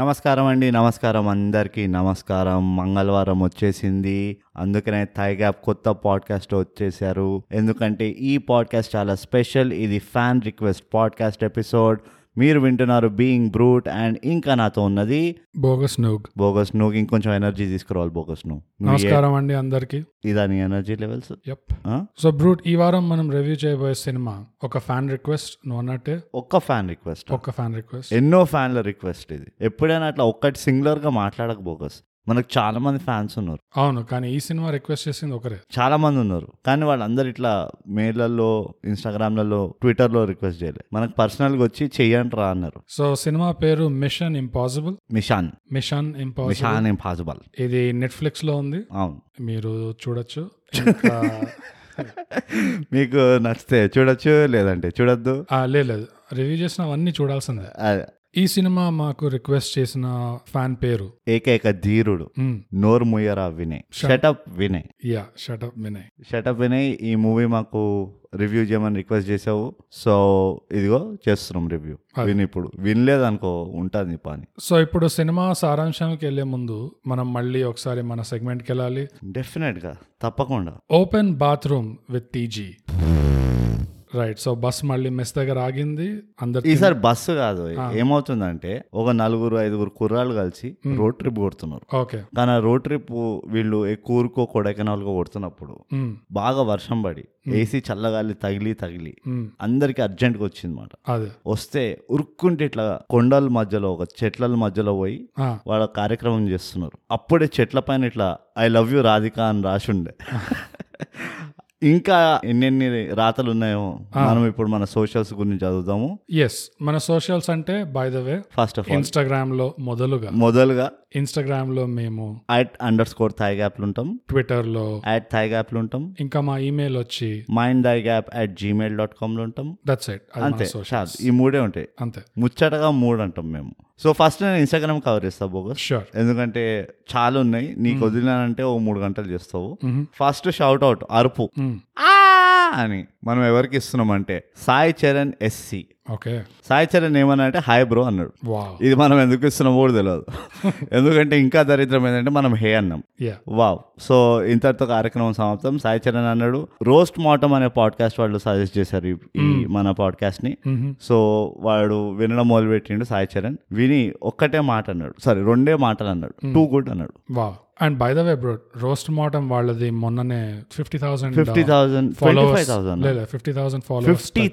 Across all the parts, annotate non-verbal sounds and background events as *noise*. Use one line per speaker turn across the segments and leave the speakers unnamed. నమస్కారం అండి నమస్కారం అందరికీ నమస్కారం మంగళవారం వచ్చేసింది అందుకనే థైగ్యాప్ కొత్త పాడ్కాస్ట్ వచ్చేసారు ఎందుకంటే ఈ పాడ్కాస్ట్ చాలా స్పెషల్ ఇది ఫ్యాన్ రిక్వెస్ట్ పాడ్కాస్ట్ ఎపిసోడ్ మీరు వింటున్నారు బీయింగ్ బ్రూట్ అండ్ ఇంకా నాతో ఉన్నది
బోగస్ నోగ్
బోగస్ నువ్వు ఇంకొంచెం ఎనర్జీ తీసుకురావాలి బోగస్ నువ్వు నువ్వు ఏ-
నమస్కారం అండి అందరికి
ఇదా నీ energy levels
yup so brute ఈ వారం మనం రివ్యూ చేయబోయే సినిమా ఒక ఫ్యాన్ రిక్వెస్ట్ నువ్వు అన్నట్టే
ఒక్క ఫ్యాన్ రిక్వెస్ట్
ఒక ఫ్యాన్ రిక్వెస్ట్
ఎన్నో ఫ్యాన్ల రిక్వెస్ట్ ఇది ఎప్పుడైనా అట్లా ఒక్కటి singular గా మాట్లాడక బోగస్ మనకు చాలా మంది ఫ్యాన్స్ ఉన్నారు
అవును కానీ ఈ సినిమా రిక్వెస్ట్ చేసింది ఒకరే
చాలా మంది ఉన్నారు కానీ వాళ్ళందరూ ఇట్లా మెయిల్లలో ఇన్స్టాగ్రామ్లలో ట్విట్టర్లో రిక్వెస్ట్ చేయలేదు మనకు పర్సనల్గా వచ్చి చెయ్యండి రా అన్నారు
సో సినిమా పేరు mission impossible
mission
mission impossible
mission impossible
ఇది నెట్ఫ్లిక్స్ లో ఉంది
అవును
మీరు చూడొచ్చు ఇంకా
మీకు నచ్చితే చూడొచ్చు లేదంటే చూడొద్దు
ఆ, లేదు లేదు రివ్యూ చేసినవన్నీ చూడాల్సిందే
అదే,
ఈ సినిమా మాకు రిక్వెస్ట్ చేసిన ఫ్యాన్ పేరు Hmm.
ఏకైక ధీరుడు నోరు ముయ్యరా Vinay shut up Vinay
yeah shut up Vinay
shut up Vinay ఈ మూవీ మాకు రివ్యూ చేయమని రిక్వెస్ట్ చేసావు సో ఇదిగో చేస్తున్నాం రివ్యూ విని ఇప్పుడు వినలేదు అనుకో ఉంటుంది పని
సో ఇప్పుడు సినిమా సారాంశానికి వెళ్ళే ముందు మనం మళ్ళీ ఒకసారి మన సెగ్మెంట్కి వెళ్ళాలి
డెఫినెట్గా తప్పకుండా
open bathroom with TG right so bus మళ్ళీ మెస్ దగ్గర ఆగింది అందరు
ఈసారి బస్సు కాదు ఏమవుతుందంటే ఒక నలుగురు ఐదుగురు కుర్రాళ్ళు కలిసి రోడ్ ట్రిప్ కొడుతున్నారు
ఓకే
కానీ ఆ రోడ్ ట్రిప్ వీళ్ళు ఏ కూరుకో కొడైకెనాల్కో కొడుతున్నప్పుడు
ఉమ్,
బాగా వర్షం పడి ఏసీ చల్లగాలి తగిలి తగిలి
ఉమ్,
అందరికి అర్జెంట్గా వచ్చిందన్నమాట
hmm, అదే
వస్తే ఉరుక్కుంటే ఇట్లా కొండల మధ్యలో ఒక చెట్ల మధ్యలో పోయి
ఆ,
వాళ్ళ కార్యక్రమం చేస్తున్నారు అప్పుడే చెట్ల పైన ఇట్లా ఐ లవ్ యూ రాధిక అని రాసి ఉండే ఇంకా ఎన్నెన్ని రాతలు ఉన్నాయో మనం ఇప్పుడు మన సోషల్స్ గురించి చదువుతాము
ఎస్ మన సోషల్స్ అంటే by the way
first of all
Instagram లో మొదలుగా
మొదలుగా
ఇన్స్టాగ్రామ్ లో మేము
అట్ అండర్ స్కోర్ థాయ్ గ్యాప్లు ఉంటాం
ట్విట్టర్ లో
అట్ థాయ్ గ్యాప్లు ఉంటాం
ఇంకా మా ఇమెయిల్ వచ్చి
mind the gap at Gmail dot కామ్లో ఉంటాం
దట్స్ ఇట్
అంతే
అది సోషల్
చాలు ఈ మూడే ఉంటాయి
అంతే
ముచ్చటగా మూడు అంటాం మేము సో ఫస్ట్ నేను ఇన్స్టాగ్రామ్ కవర్ చేస్తాను బోగస్
షూర్
ఎందుకంటే చాలా ఉన్నాయి నీకు వదిలినానంటే ఓ మూడు గంటలు చేస్తావు
Mm-hmm,
ఫస్ట్ షౌట్ అవుట్ అరుపు
mm,
"ఆ" అని మనం ఎవరికి ఇస్తున్నామంటే సాయి చరణ్ ఎస్సి
ఓకే
సాయి చరణ్ ఏమన్నా అంటే హాయ్ బ్రో అన్నాడు
వా
ఇది మనం ఎందుకు ఇస్తున్నామో కూడా తెలియదు ఎందుకంటే ఇంకా దరిద్రం ఏంటంటే మనం హే అన్నాం
యా
వావ్ సో ఇంతటితో కార్యక్రమం సమాప్తం సాయి చరణ్ అన్నాడు రోస్ట్ మోటం అనే పాడ్కాస్ట్ వాళ్ళు సజెస్ట్ చేశారు ఈ- ఈ మన పాడ్కాస్ట్ ని
Mm-hmm,
సో వాడు వినడం మొదలు పెట్టిండు సాయి చరణ్ విని ఒక్కటే మాట అన్నాడు సారీ రెండే మాటలు అన్నాడు టూ గుడ్ అన్నాడు
వా and by the way bro roast mortem వాళ్ళది మొన్ననే fifty thousand
fifty thousand twenty five thousand
లేదా fifty thousand
fifty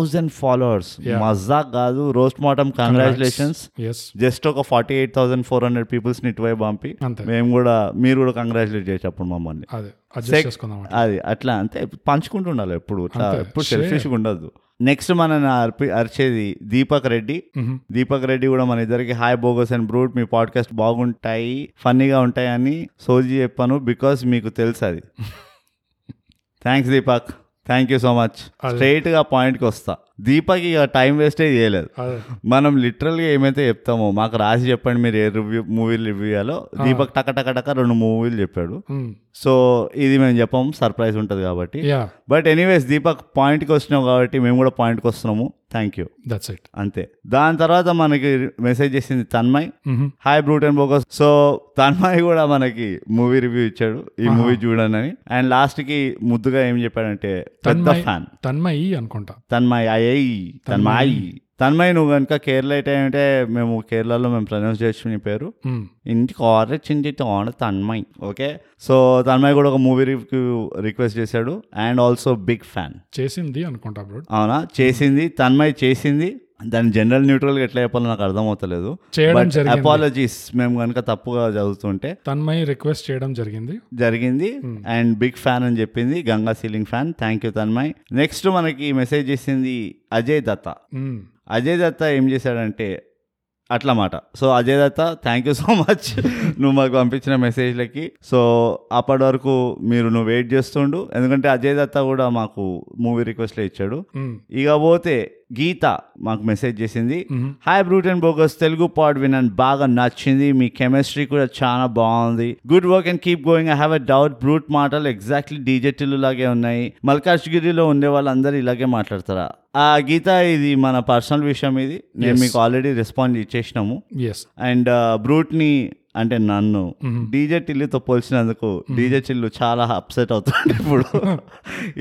thousand followers మజాక్ కాదు roast mortem congratulations
yes
just ఒక forty eight thousand four hundred peoples ని ఇటువైపు పంపి
అంతే.
మేము కూడా మీరు కూడా కంగ్రాచులేట్ చేసేటప్పుడు మమ్మల్ని
అదే అడ్జస్ట్ చేసుకుందాం అంటే.
అది అట్లా అంతే పంచుకుంటూ ఉండాలి ఎప్పుడు ఇట్లా
అంతే.
ఎప్పుడు
Share.
సెల్ఫిష్గా ఉండదు నెక్స్ట్ మనని అర్పి అరిచేది దీపక్ రెడ్డి
మ్మ్.
దీపక్ రెడ్డి కూడా మన ఇద్దరికి హాయ్ బోగస్ అండ్ బ్రూట్ మీ పాడ్కాస్ట్ బాగుంటాయి ఫన్నీగా ఉంటాయని సోజీ చెప్పాను బికాస్ మీకు తెలుసు
*laughs*
అది thanks Deepak thank you so much
అదే.
స్ట్రైట్ గా పాయింట్ కి వస్తా దీపక్ ఇక టైం వేస్టే చేయలేదు
అదే
మనం literal గా ఏమైతే చెప్తామో మాకు రాసి చెప్పండి మీరు ఏ రివ్యూ మూవీలు రివ్యూ చేయాలో దీపక్ టక టక టక రెండు మూవీలు చెప్పాడు సో ఇది మేము చెప్పాము సర్ప్రైజ్ ఉంటుంది కాబట్టి
యా
బట్ ఎనీవేస్ దీపక్ పాయింట్కి వచ్చినావు కాబట్టి మేము కూడా పాయింట్కి వస్తున్నాము థ్యాంక్ యూ
దట్స్ ఇట్
అంతే దాని తర్వాత మనకి మెసేజ్ చేసింది Tanmay hi brute and bogus so Tanmay కూడా మనకి మూవీ రివ్యూ ఇచ్చాడు ఈ మూవీ చూడండి అని అండ్ లాస్ట్కి ముద్దుగా ఏం చెప్పాడంటే పెద్ద
తన్మయ్
ఫ్యాన్
తన్మయి అనుకుంటా
తన్మయ్ అయ్యి తన్మయ్ తన్మయ్ నువ్వు కనుక కేరళ అయితే అంటే మేము కేరళలో మేము ప్రొనౌన్స్ చేసిన నీ పేరు
మ్మ్.
ఇంటికి ఆర్డర్ ఇచ్చింది on Tanmay okay so Tanmay కూడా ఒక మూవీ రివ్యూ రిక్వెస్ట్ చేశాడు అండ్ ఆల్సో బిగ్ ఫ్యాన్
చేసింది అనుకుంటా బ్రో
అవునా చేసింది తన్మయ్ చేసింది దాని జనరల్ న్యూట్రల్గా ఎట్లా చెప్పాలో నాకు అర్థమవుతలేదు
చేయడం
బట్
జరిగింది
అపాలజీస్ మేము కనుక తప్పుగా చదువుతుంటే
తన్మయి రిక్వెస్ట్ చేయడం జరిగింది
జరిగింది అండ్ బిగ్ ఫ్యాన్ అని చెప్పింది Ganga ceiling fan thank you Tanmay next మనకి మెసేజ్ చేసింది అజయ్ దత్త
మ్మ్.
అజయ్ దత్త ఏం చేశాడంటే అట్లా మాట so Ajay Datta thank you so much నువ్వు మాకు పంపించిన మెసేజ్లకి సో అప్పటి వరకు మీరు నువ్వు వెయిట్ చేస్తుండు ఎందుకంటే అజయ్ దత్త కూడా మాకు మూవీ రిక్వెస్ట్లో ఇచ్చాడు
మ్మ్.
ఇక పోతే గీత మాకు మెసేజ్ చేసింది hi brute and bogus Telugu pod వినని బాగా నచ్చింది మీ కెమిస్ట్రీ కూడా చాలా బాగుంది good work and keep going I have a doubt brute మాటలు ఎగ్జాక్ట్లీ డీజెటీలు లాగే ఉన్నాయి మల్కాజ్గిరిలో ఉండే వాళ్ళందరూ ఇలాగే మాట్లాడతారా ఆ గీత ఇది మన పర్సనల్ విషయం ఇది నేను మీకు ఆల్రెడీ రెస్పాండ్ ఇచ్చేసినాము
ఎస్
అండ్ బ్రూట్ని అంటే నన్ను డీజే టిల్లుతో పోల్చినందుకు డీజే టిల్లు చాలా అప్సెట్ అవుతుంది ఇప్పుడు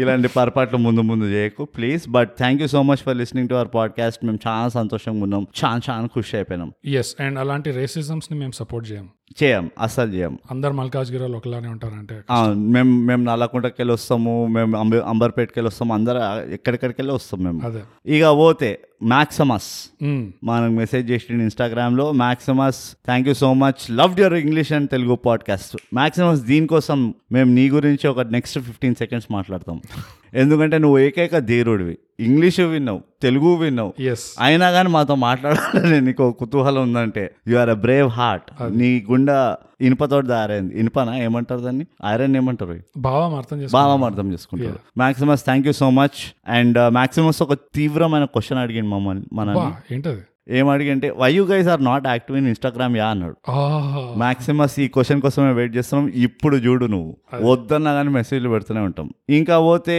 ఇలాంటి పొరపాట్లు ముందు ముందు చేయకు please but thank you so much for listening to our podcast మేము చాలా సంతోషంగా ఉన్నాం చాలా చాలా ఖుషి అయిపోయినాం
ఎస్ అండ్ అలాంటి racisms ని మేము సపోర్ట్ చేయం
చేయం అస్సలు చేయం
అందరు మల్కాజ్గిరాలు ఒకలానే ఉంటారంటే
ఆ, మేము మేము నల్లకుంటకి వెళ్ళి వస్తాము మేము అంబ అంబర్పేటకి వెళ్ళి వస్తాము అందరు ఎక్కడెక్కడికి వెళ్ళి వస్తాం మేము
అదే
ఇక పోతే మ్యాక్సమస్
మ్మ్.
మనకు మెసేజ్ చేసిండు ఇన్స్టాగ్రామ్లో Maximus thank you so much love your English and Telugu podcast Maximus దీనికోసం మేము నీ గురించి ఒక నెక్స్ట్ ఫిఫ్టీన్ సెకండ్స్ మాట్లాడతాం ఎందుకంటే నువ్వు ఏకైక ధీరుడివి ఇంగ్లీషు విన్నావు తెలుగు విన్నావు
ఎస్
అయినా కానీ మాతో మాట్లాడాలని *laughs* నీకు ఒక కుతూహలం ఉందంటే you are a brave heart నీ గుండె ఇనుపతోటి దారైంది ఇనుపనా ఏమంటారు దాన్ని ఐరన్ ఏమంటారు
భావం అర్థం చేసుకో
బాగా అర్థం చేసుకుంటారు Maximus thank you so much and Maximus uh, ఒక తీవ్రమైన క్వశ్చన్ అడిగింది మమ్మల్ని
వా,
మనల్ని
ఏంటది
ఏం అడిగంటే why you guys are not active in Instagram yeah అన్నాడు
ఆహా.
మాక్సిమస్ ఈ క్వశ్చన్ కోసమే వెయిట్ చేస్తున్నాం ఇప్పుడు చూడు నువ్వు వద్దన్నా కానీ మెసేజ్లు పెడుతూనే ఉంటాం ఇంకా పోతే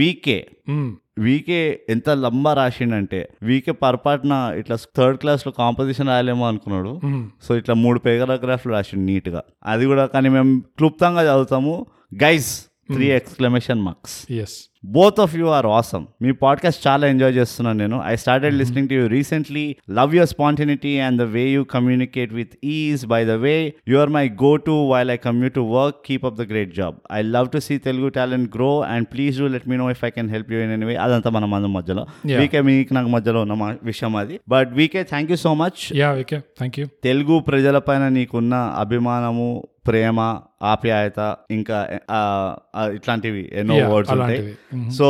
వీకే
మ్మ్.
వీకే ఎంత లంబా రాసిండంటే వీకే పొరపాటున ఇట్లా థర్డ్ క్లాస్లో కాంపోజిషన్ రాయలేమో అనుకున్నాడు
మ్మ్.
సో ఇట్లా మూడు పేరాగ్రాఫ్లు రాసిండు నీట్గా అది కూడా కానీ మేము క్లుప్తంగా చదువుతాము guys three exclamation marks
yes
both of you are awesome మీ పాడ్కాస్ట్ చాలా ఎంజాయ్ చేస్తున్నాను నేను I
Mm-hmm.
Started listening to you recently love your spontaneity and the way you communicate with is by the way you are my go to while I commute to work keep up the great job I love to see Telugu talent grow and please do let me know if I can help you in any way అదంతా మన మన మధ్యలో
Yeah.
వీకే మీకు నాకు మధ్యలో ఉన్న మా- విషయం అది but VK thank you so much
yeah okay thank you
Telugu ప్రజలపైన నీకున్న అభిమానము ప్రేమ ఆప్యాయత ఇంకా ఆ, ఆ, ఇట్లాంటివి ఎన్నో
Yeah,
వర్డ్స్ ఉంటాయి
అలాంటివి. Mhm.
సో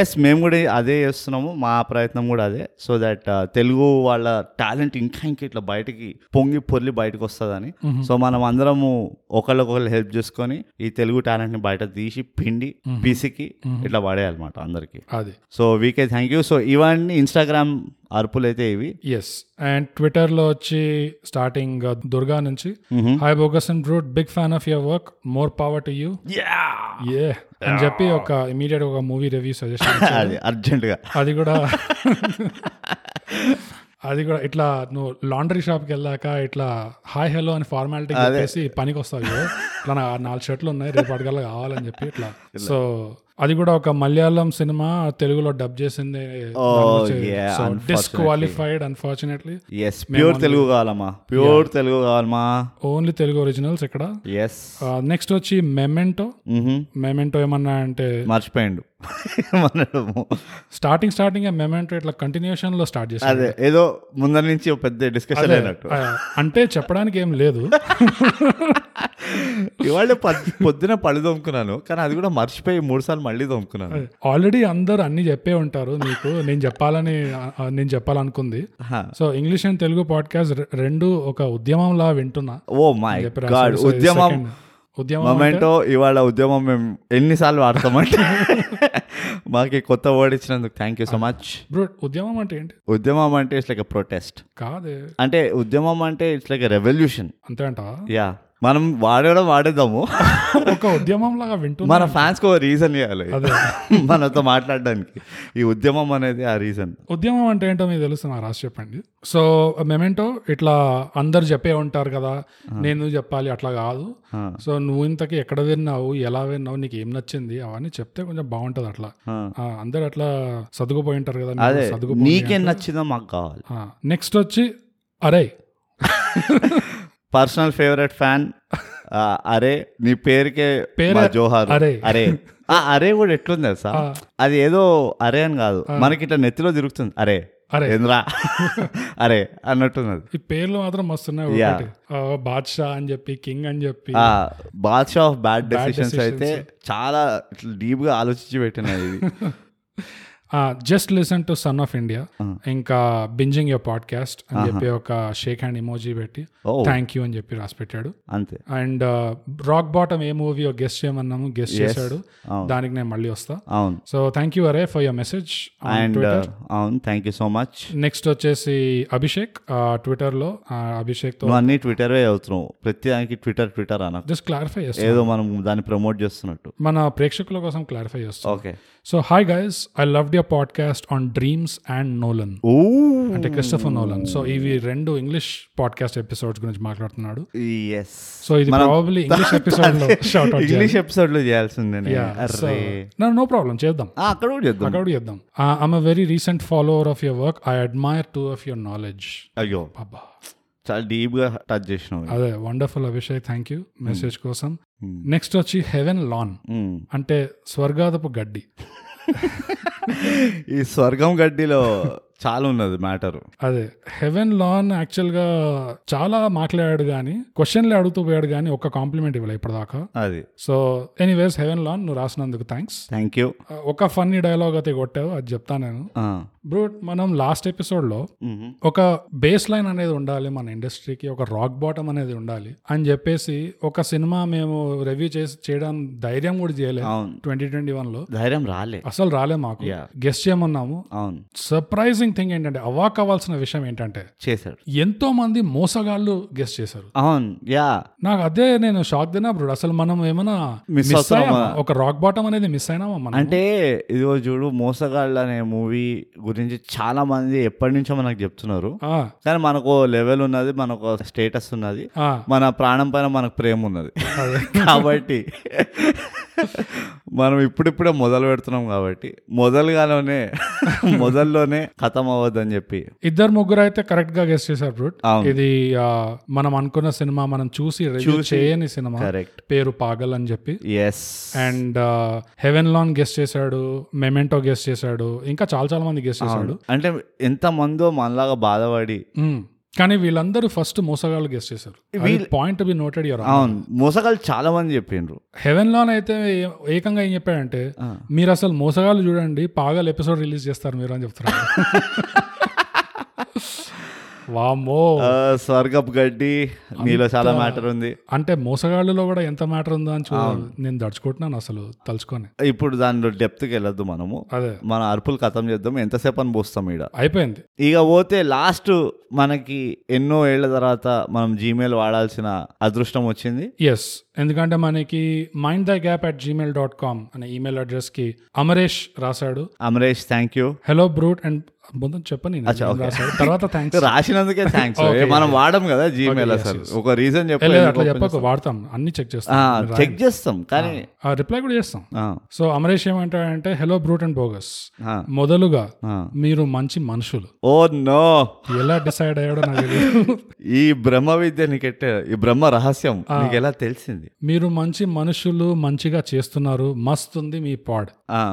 ఎస్ మేము కూడా అదే చేస్తున్నాము మా ప్రయత్నం కూడా అదే సో దట్ తెలుగు వాళ్ళ టాలెంట్ ఇంకా ఇంకా ఇట్లా బయటికి పొంగి పొర్లి బయటకు వస్తుందని సో మనం అందరము ఒకళ్ళకొకళ్ళు హెల్ప్ చేసుకొని ఈ తెలుగు టాలెంట్ని బయట తీసి పిండి పిసికి ఇట్లా పడేయాలన్నమాట అందరికీ
అది
so VK thank you so ఇవన్నీ ఇన్స్టాగ్రామ్ అరుపులైతే ఇవి
ఎస్ అండ్ ట్విట్టర్ లో వచ్చి స్టార్టింగ్ దుర్గా నుంచి hi bogus and brute big fan of your work more power to you ఏ అని చెప్పి ఒక ఇమీడియట్ ఒక మూవీ రివ్యూ సజెషన్
*laughs* అది అర్జెంటుగా
అది కూడా అది కూడా ఇట్లా నువ్వు లాండ్రీ షాప్కి వెళ్ళాక ఇట్లా హాయ్ హలో అని ఫార్మాలిటీ చెప్పేసి పనికి వస్తావు కదా. ఇట్లా నా నాలుగు షర్ట్లు ఉన్నాయి రేపటి కల్లా కావాలని చెప్పి ఇట్లా సో అది కూడా ఒక మలయాళం సినిమా తెలుగులో డబ్ చేసింది
yeah, unfortunately.
Disqualified unfortunately
yes pure Telugu కావాలమ్మా ప్యూర్ తెలుగు కావాలమ్మా
ఓన్లీ తెలుగు ఒరిజినల్స్ ఇక్కడ
ఎస్
నెక్స్ట్ వచ్చి మెమెంటో మెమెంటో ఏమన్నా అంటే
Mm-hmm. మర్చిపోయిండు *laughs* ఏమన్నాడు?
స్టార్టింగ్ స్టార్టింగ్ మెమెంటో ఇట్లా కంటిన్యూషన్ లో స్టార్ట్ చేసి
అదే ఏదో ముందర నుంచి ఒక పెద్ద డిస్కషన్ అయినట్టు
ఆ, అంటే చెప్పడానికి ఏం లేదు
ఇవాళ పద్- పొద్దున పళ్ళు తోముకున్నాను కానీ అది కూడా మర్చిపోయి మూడు సార్లు మళ్ళీ తోముకున్నాను
ఆల్రెడీ అందరు అన్ని చెప్పే ఉంటారు మీకు నేను చెప్పాలని ఆ, నేను చెప్పాలనుకుంది
Huh.
So English and Telugu podcast రె- రెండు ఒక ఉద్యమంలా వింటున్నా
ఓ మై
చెప్పి
గాడ్
రాశారు. So,
ఉద్యమం
second ఉద్యమం
మొమెంటో ఇవాళ ఉద్యమం మేము ఎన్నిసార్లు వాడతామంటే
*laughs*
మాకు ఈ కొత్త వర్డ్ ఇచ్చినందుకు thank you so much
bro ఉద్యమం అంటే ఏంటి
ఉద్యమం అంటే ఇట్స్ లైక్ ప్రొటెస్ట్
కాదే
అంటే ఉద్యమం అంటే ఇట్స్ లైక్ రెవల్యూషన్
అంతే అంటావా
యా మనం వాడడం
*laughs*
వాడేద్దాము
ఒక ఉద్యమం లాగా వింటున్నా
మన ఫ్యాన్స్కి ఒక రీజన్ ఇవ్వాలి
అదే
*laughs* మనతో మాట్లాడడానికి ఈ ఉద్యమం అనేది ఆ రీజన్
ఉద్యమం అంటే ఏంటో మీకు తెలుసు నాకు రాసి చెప్పండి సో మేమేంటో ఇట్లా అందరు చెప్పే ఉంటారు కదా నేను చెప్పాలి అట్లా కాదు
Huh.
సో నువ్వు ఇంతకీ ఎక్కడ విన్నావు ఎలా విన్నావు నీకు ఏం నచ్చింది అవన్నీ చెప్తే కొంచెం బాగుంటది అట్లా
Huh.
ఆ, అందరు అట్లా సర్దుకుపోయి ఉంటారు కదా మీరు
అదే
సర్దుకుపోండి
నీకేం
అంటే.
నచ్చిందో మాకు కావాలి
ఆ, నెక్స్ట్ వచ్చి అరే
పర్సనల్ ఫేవరెట్ ఫ్యాన్ అరే నీ పేరుకే
పేరే
మా జోహార్
అరే.
అరే ఆ అరే కూడా ఎట్లుంది తెలుసా
ఆ.
అది ఏదో అరే అని కాదు మనకి ఇట్లా నెత్తిలో తిరుగుతుంది అరే
అరే *laughs*
ఏంద్రా అరే అన్నట్టున్నది
ఈ పేర్లు మాత్రం వస్తున్నాయి
Yeah.
ఒకటి ఆ, బాద్షా అని చెప్పి కింగ్ అని చెప్పి
ఆ badshah of bad decisions
decisions. *laughs*
అయితే చాలా ఇట్లా డీప్ గా ఆలోచించి పెట్టినది ఇది
just listen to son of India ఇంకా బింజింగ్ యువర్ పాడ్కాస్ట్ అని చెప్పి ఒక షేక్ హ్యాండ్ ఇమోజీ పెట్టి
ఓ
థ్యాంక్ యూ అని చెప్పి రాసి పెట్టాడు
అంతే
అండ్ రాక్ బాటమ్ ఏ మూవీ గెస్ట్ చేయమన్నాము గెస్ట్ చేశాడు
అవును.
దానికి నేను మళ్ళీ వస్తా
అవును
సో థ్యాంక్ యూ అరే ఫర్ యువర్ మెసేజ్
అండ్ అవును thank you so much
next వచ్చేసి అభిషేక్ ట్విట్టర్లో అభిషేక్ తో
నువ్వు అన్ని ట్విట్టరే అవుతున్నావు ప్రతి దానికి ట్విట్టర్ ట్విట్టర్ అన
జస్ట్ క్లారిఫై చేస్తాం
ఏదో మనం దాన్ని ప్రమోట్ చేస్తున్నట్టు
మన ప్రేక్షకుల కోసం క్లారిఫై చేస్తాం
okay
so hi guys I love your podcast on dreams and Nolan
ఓ
అంటే క్రిస్టఫర్ నోలన్ సో ఇవి రెండు ఇంగ్లీష్ పాడ్కాస్ట్ ఎపిసోడ్స్ గురించి మాట్లాడుతున్నాడు
ఎస్
సో ఇది ప్రాబబ్లీ ఇంగ్లీష్ ఎపిసోడ్ లో షార్ట్ అవుట్
ఇంగ్లీష్ ఎపిసోడ్ లో చేయాల్సిందే నేను. అర్రే
నో ప్రాబ్లం చేద్దాం
ఆ, అక్కడ కూడా చేద్దాం
అక్కడ చేద్దాం Uh, I'm a very recent follower of your work I admire two of your knowledge
అయ్యో
అబ్బా
చాలా డీప్ గా టచ్ చేసినావు
అదే wonderful Abhishek thank you message కోసం నెక్స్ట్ వచ్చి హెవెన్ లాన్
మ్మ్.
అంటే స్వర్గాదపు గడ్డి
ఈ స్వర్గం గడ్డిలో చాలా ఉన్నది మ్యాటర్
అదే హెవెన్ లాన్ యాక్చువల్ గా చాలా మాట్లాడాడు కానీ క్వశ్చన్లే అడుగుతూ పోయాడు కానీ ఒక్క కాంప్లిమెంట్ ఇవ్వలే ఇప్పటిదాకా
అది
సో ఎనీవేస్ హెవెన్ లాన్ నువ్వు రాసినందుకు థ్యాంక్స్
థ్యాంక్ యూ
ఒక ఫన్నీ డైలాగ్ అయితే కొట్టావు అది చెప్తా నేను బ్రూట్ మనం లాస్ట్ ఎపిసోడ్ లో ఒక బేస్ లైన్ అనేది ఉండాలి మన ఇండస్ట్రీకి ఒక రాక్ బాటమ్ అనేది ఉండాలి అని చెప్పేసి ఒక సినిమా మేము రివ్యూ చేసి చేయడం ధైర్యం కూడా చేయలేదు
అవును
ట్వంటీ ట్వంటీ వన్ లో
ధైర్యం రాలే
అసలు రాలే మాకు
Yeah.
గెస్ట్ చేయమన్నాము
అవును
సర్ప్రైజింగ్ థింగ్ ఏంటంటే అవాక్ అవ్వాల్సిన విషయం ఏంటంటే
చేశాడు
ఎంతో మంది మోసగాళ్ళు గెస్ట్ చేశారు
అవును యా
నాకు అదే నేను షాక్ తిన్నా బ్రూడ్ అసలు మనం ఏమైనా
Miss
మిస్
అవుతున్నామా?
అయ్యామా ఒక రాక్ బాటమ్ అనేది మిస్ అయినామా మనం
అంటే ఇదిగో చూడు మోసగాళ్ళు అనే మూవీ గురించి చాలా మంది ఎప్పటి నుంచో మనకు చెప్తున్నారు
ఆ,
కానీ మనకు లెవెల్ ఉన్నది మనకు స్టేటస్ ఉన్నది
ఆ,
మన ప్రాణం పైన మనకు ప్రేమ ఉన్నది కాబట్టి మనం ఇప్పుడిప్పుడే మొదలు పెడుతున్నాం కాబట్టి మొదలుగానే మొదల్లోనే ఖతం అవ్వద్దని చెప్పి
ఇద్దరు ముగ్గురు అయితే కరెక్ట్ గా గెస్ట్ చేశారు బ్రూట్
అవును.
ఇది ఆ, మనం అనుకున్న సినిమా మనం చూసి రివ్యూ చేయని సినిమా
కరెక్ట్
పేరు పాగల్ అని చెప్పి
yes
and heaven lawn guest చేశాడు మెమెంటో గెస్ట్ చేశాడు ఇంకా చాలా చాలా మంది గెస్ట్ చేశాడు
అంటే ఎంత మందో మనలాగా బాధపడి
మ్మ్. కానీ వీళ్ళందరూ ఫస్ట్ మోసగాళ్ళు గెస్ట్ చేశారు పాయింట్ బి నోటెడ్ యువర్
అవును మోసగాళ్ళు చాలా మంది చెప్పిండ్రు
హెవెన్ లోన్ అయితే ఏ- ఏకంగా ఏం చెప్పాడంటే మీరు అసలు మోసగాళ్ళు చూడండి పాగల్ ఎపిసోడ్ రిలీజ్ చేస్తారు మీరు అని చెప్తున్నారు వామ్మో
ఆ, స్వర్గపు గడ్డి నీలో చాలా మ్యాటర్ ఉంది
అంటే మోసగాళ్ళలో కూడా ఎంత మ్యాటర్ ఉందో అని చూడాలి నేను దడుచుకుంటున్నాను అసలు తలుచుకొని
ఇప్పుడు దానిలో డెప్త్కి వెళ్ళొద్దు మనము
అదే
మన అరుపులు ఖతం చేద్దాం ఎంతసేపు అని పోస్తాం ఈడ
అయిపోయింది
ఇక పోతే లాస్ట్ మనకి ఎన్నో ఏళ్ల తర్వాత మనం జీమెయిల్ వాడాల్సిన అదృష్టం వచ్చింది
ఎస్ ఎందుకంటే మనకి mind the gap at Gmail dot com అనే ఈమెయిల్ అడ్రస్ కి అమరేష్ రాశాడు
Amaresh thank you
hello brute and ముందు చెప్పని నేను రాశాడు తర్వాత థ్యాంక్స్
రాసినందుకే థ్యాంక్స్ మనం వాడం కదా జీమెయిల్ అసలు ఒక రీజన్
లేదు
చెప్పలేదు
అట్లా చెప్పకు వాడతాం అన్ని చెక్ చేస్తాం
చెక్ చేస్తాం కానీ
రిప్లై కూడా చేస్తాం
ఆ,
సో అమరేష్ ఏమంటాడంటే హలో బ్రూట్ అండ్ బోగస్
ఆ,
మొదలుగా
ఆ.
మీరు మంచి మనుషులు
ఓ నో
ఎలా డిసైడ్ అయ్యాడో నాకు తెలియదు
ఈ బ్రహ్మ విద్య నీకెట్టే ఈ బ్రహ్మ రహస్యం నీకు ఎలా తెలిసింది
మీరు మంచి మనుషులు మంచిగా చేస్తున్నారు మస్త్ ఉంది మీ పాడ్
ఆ,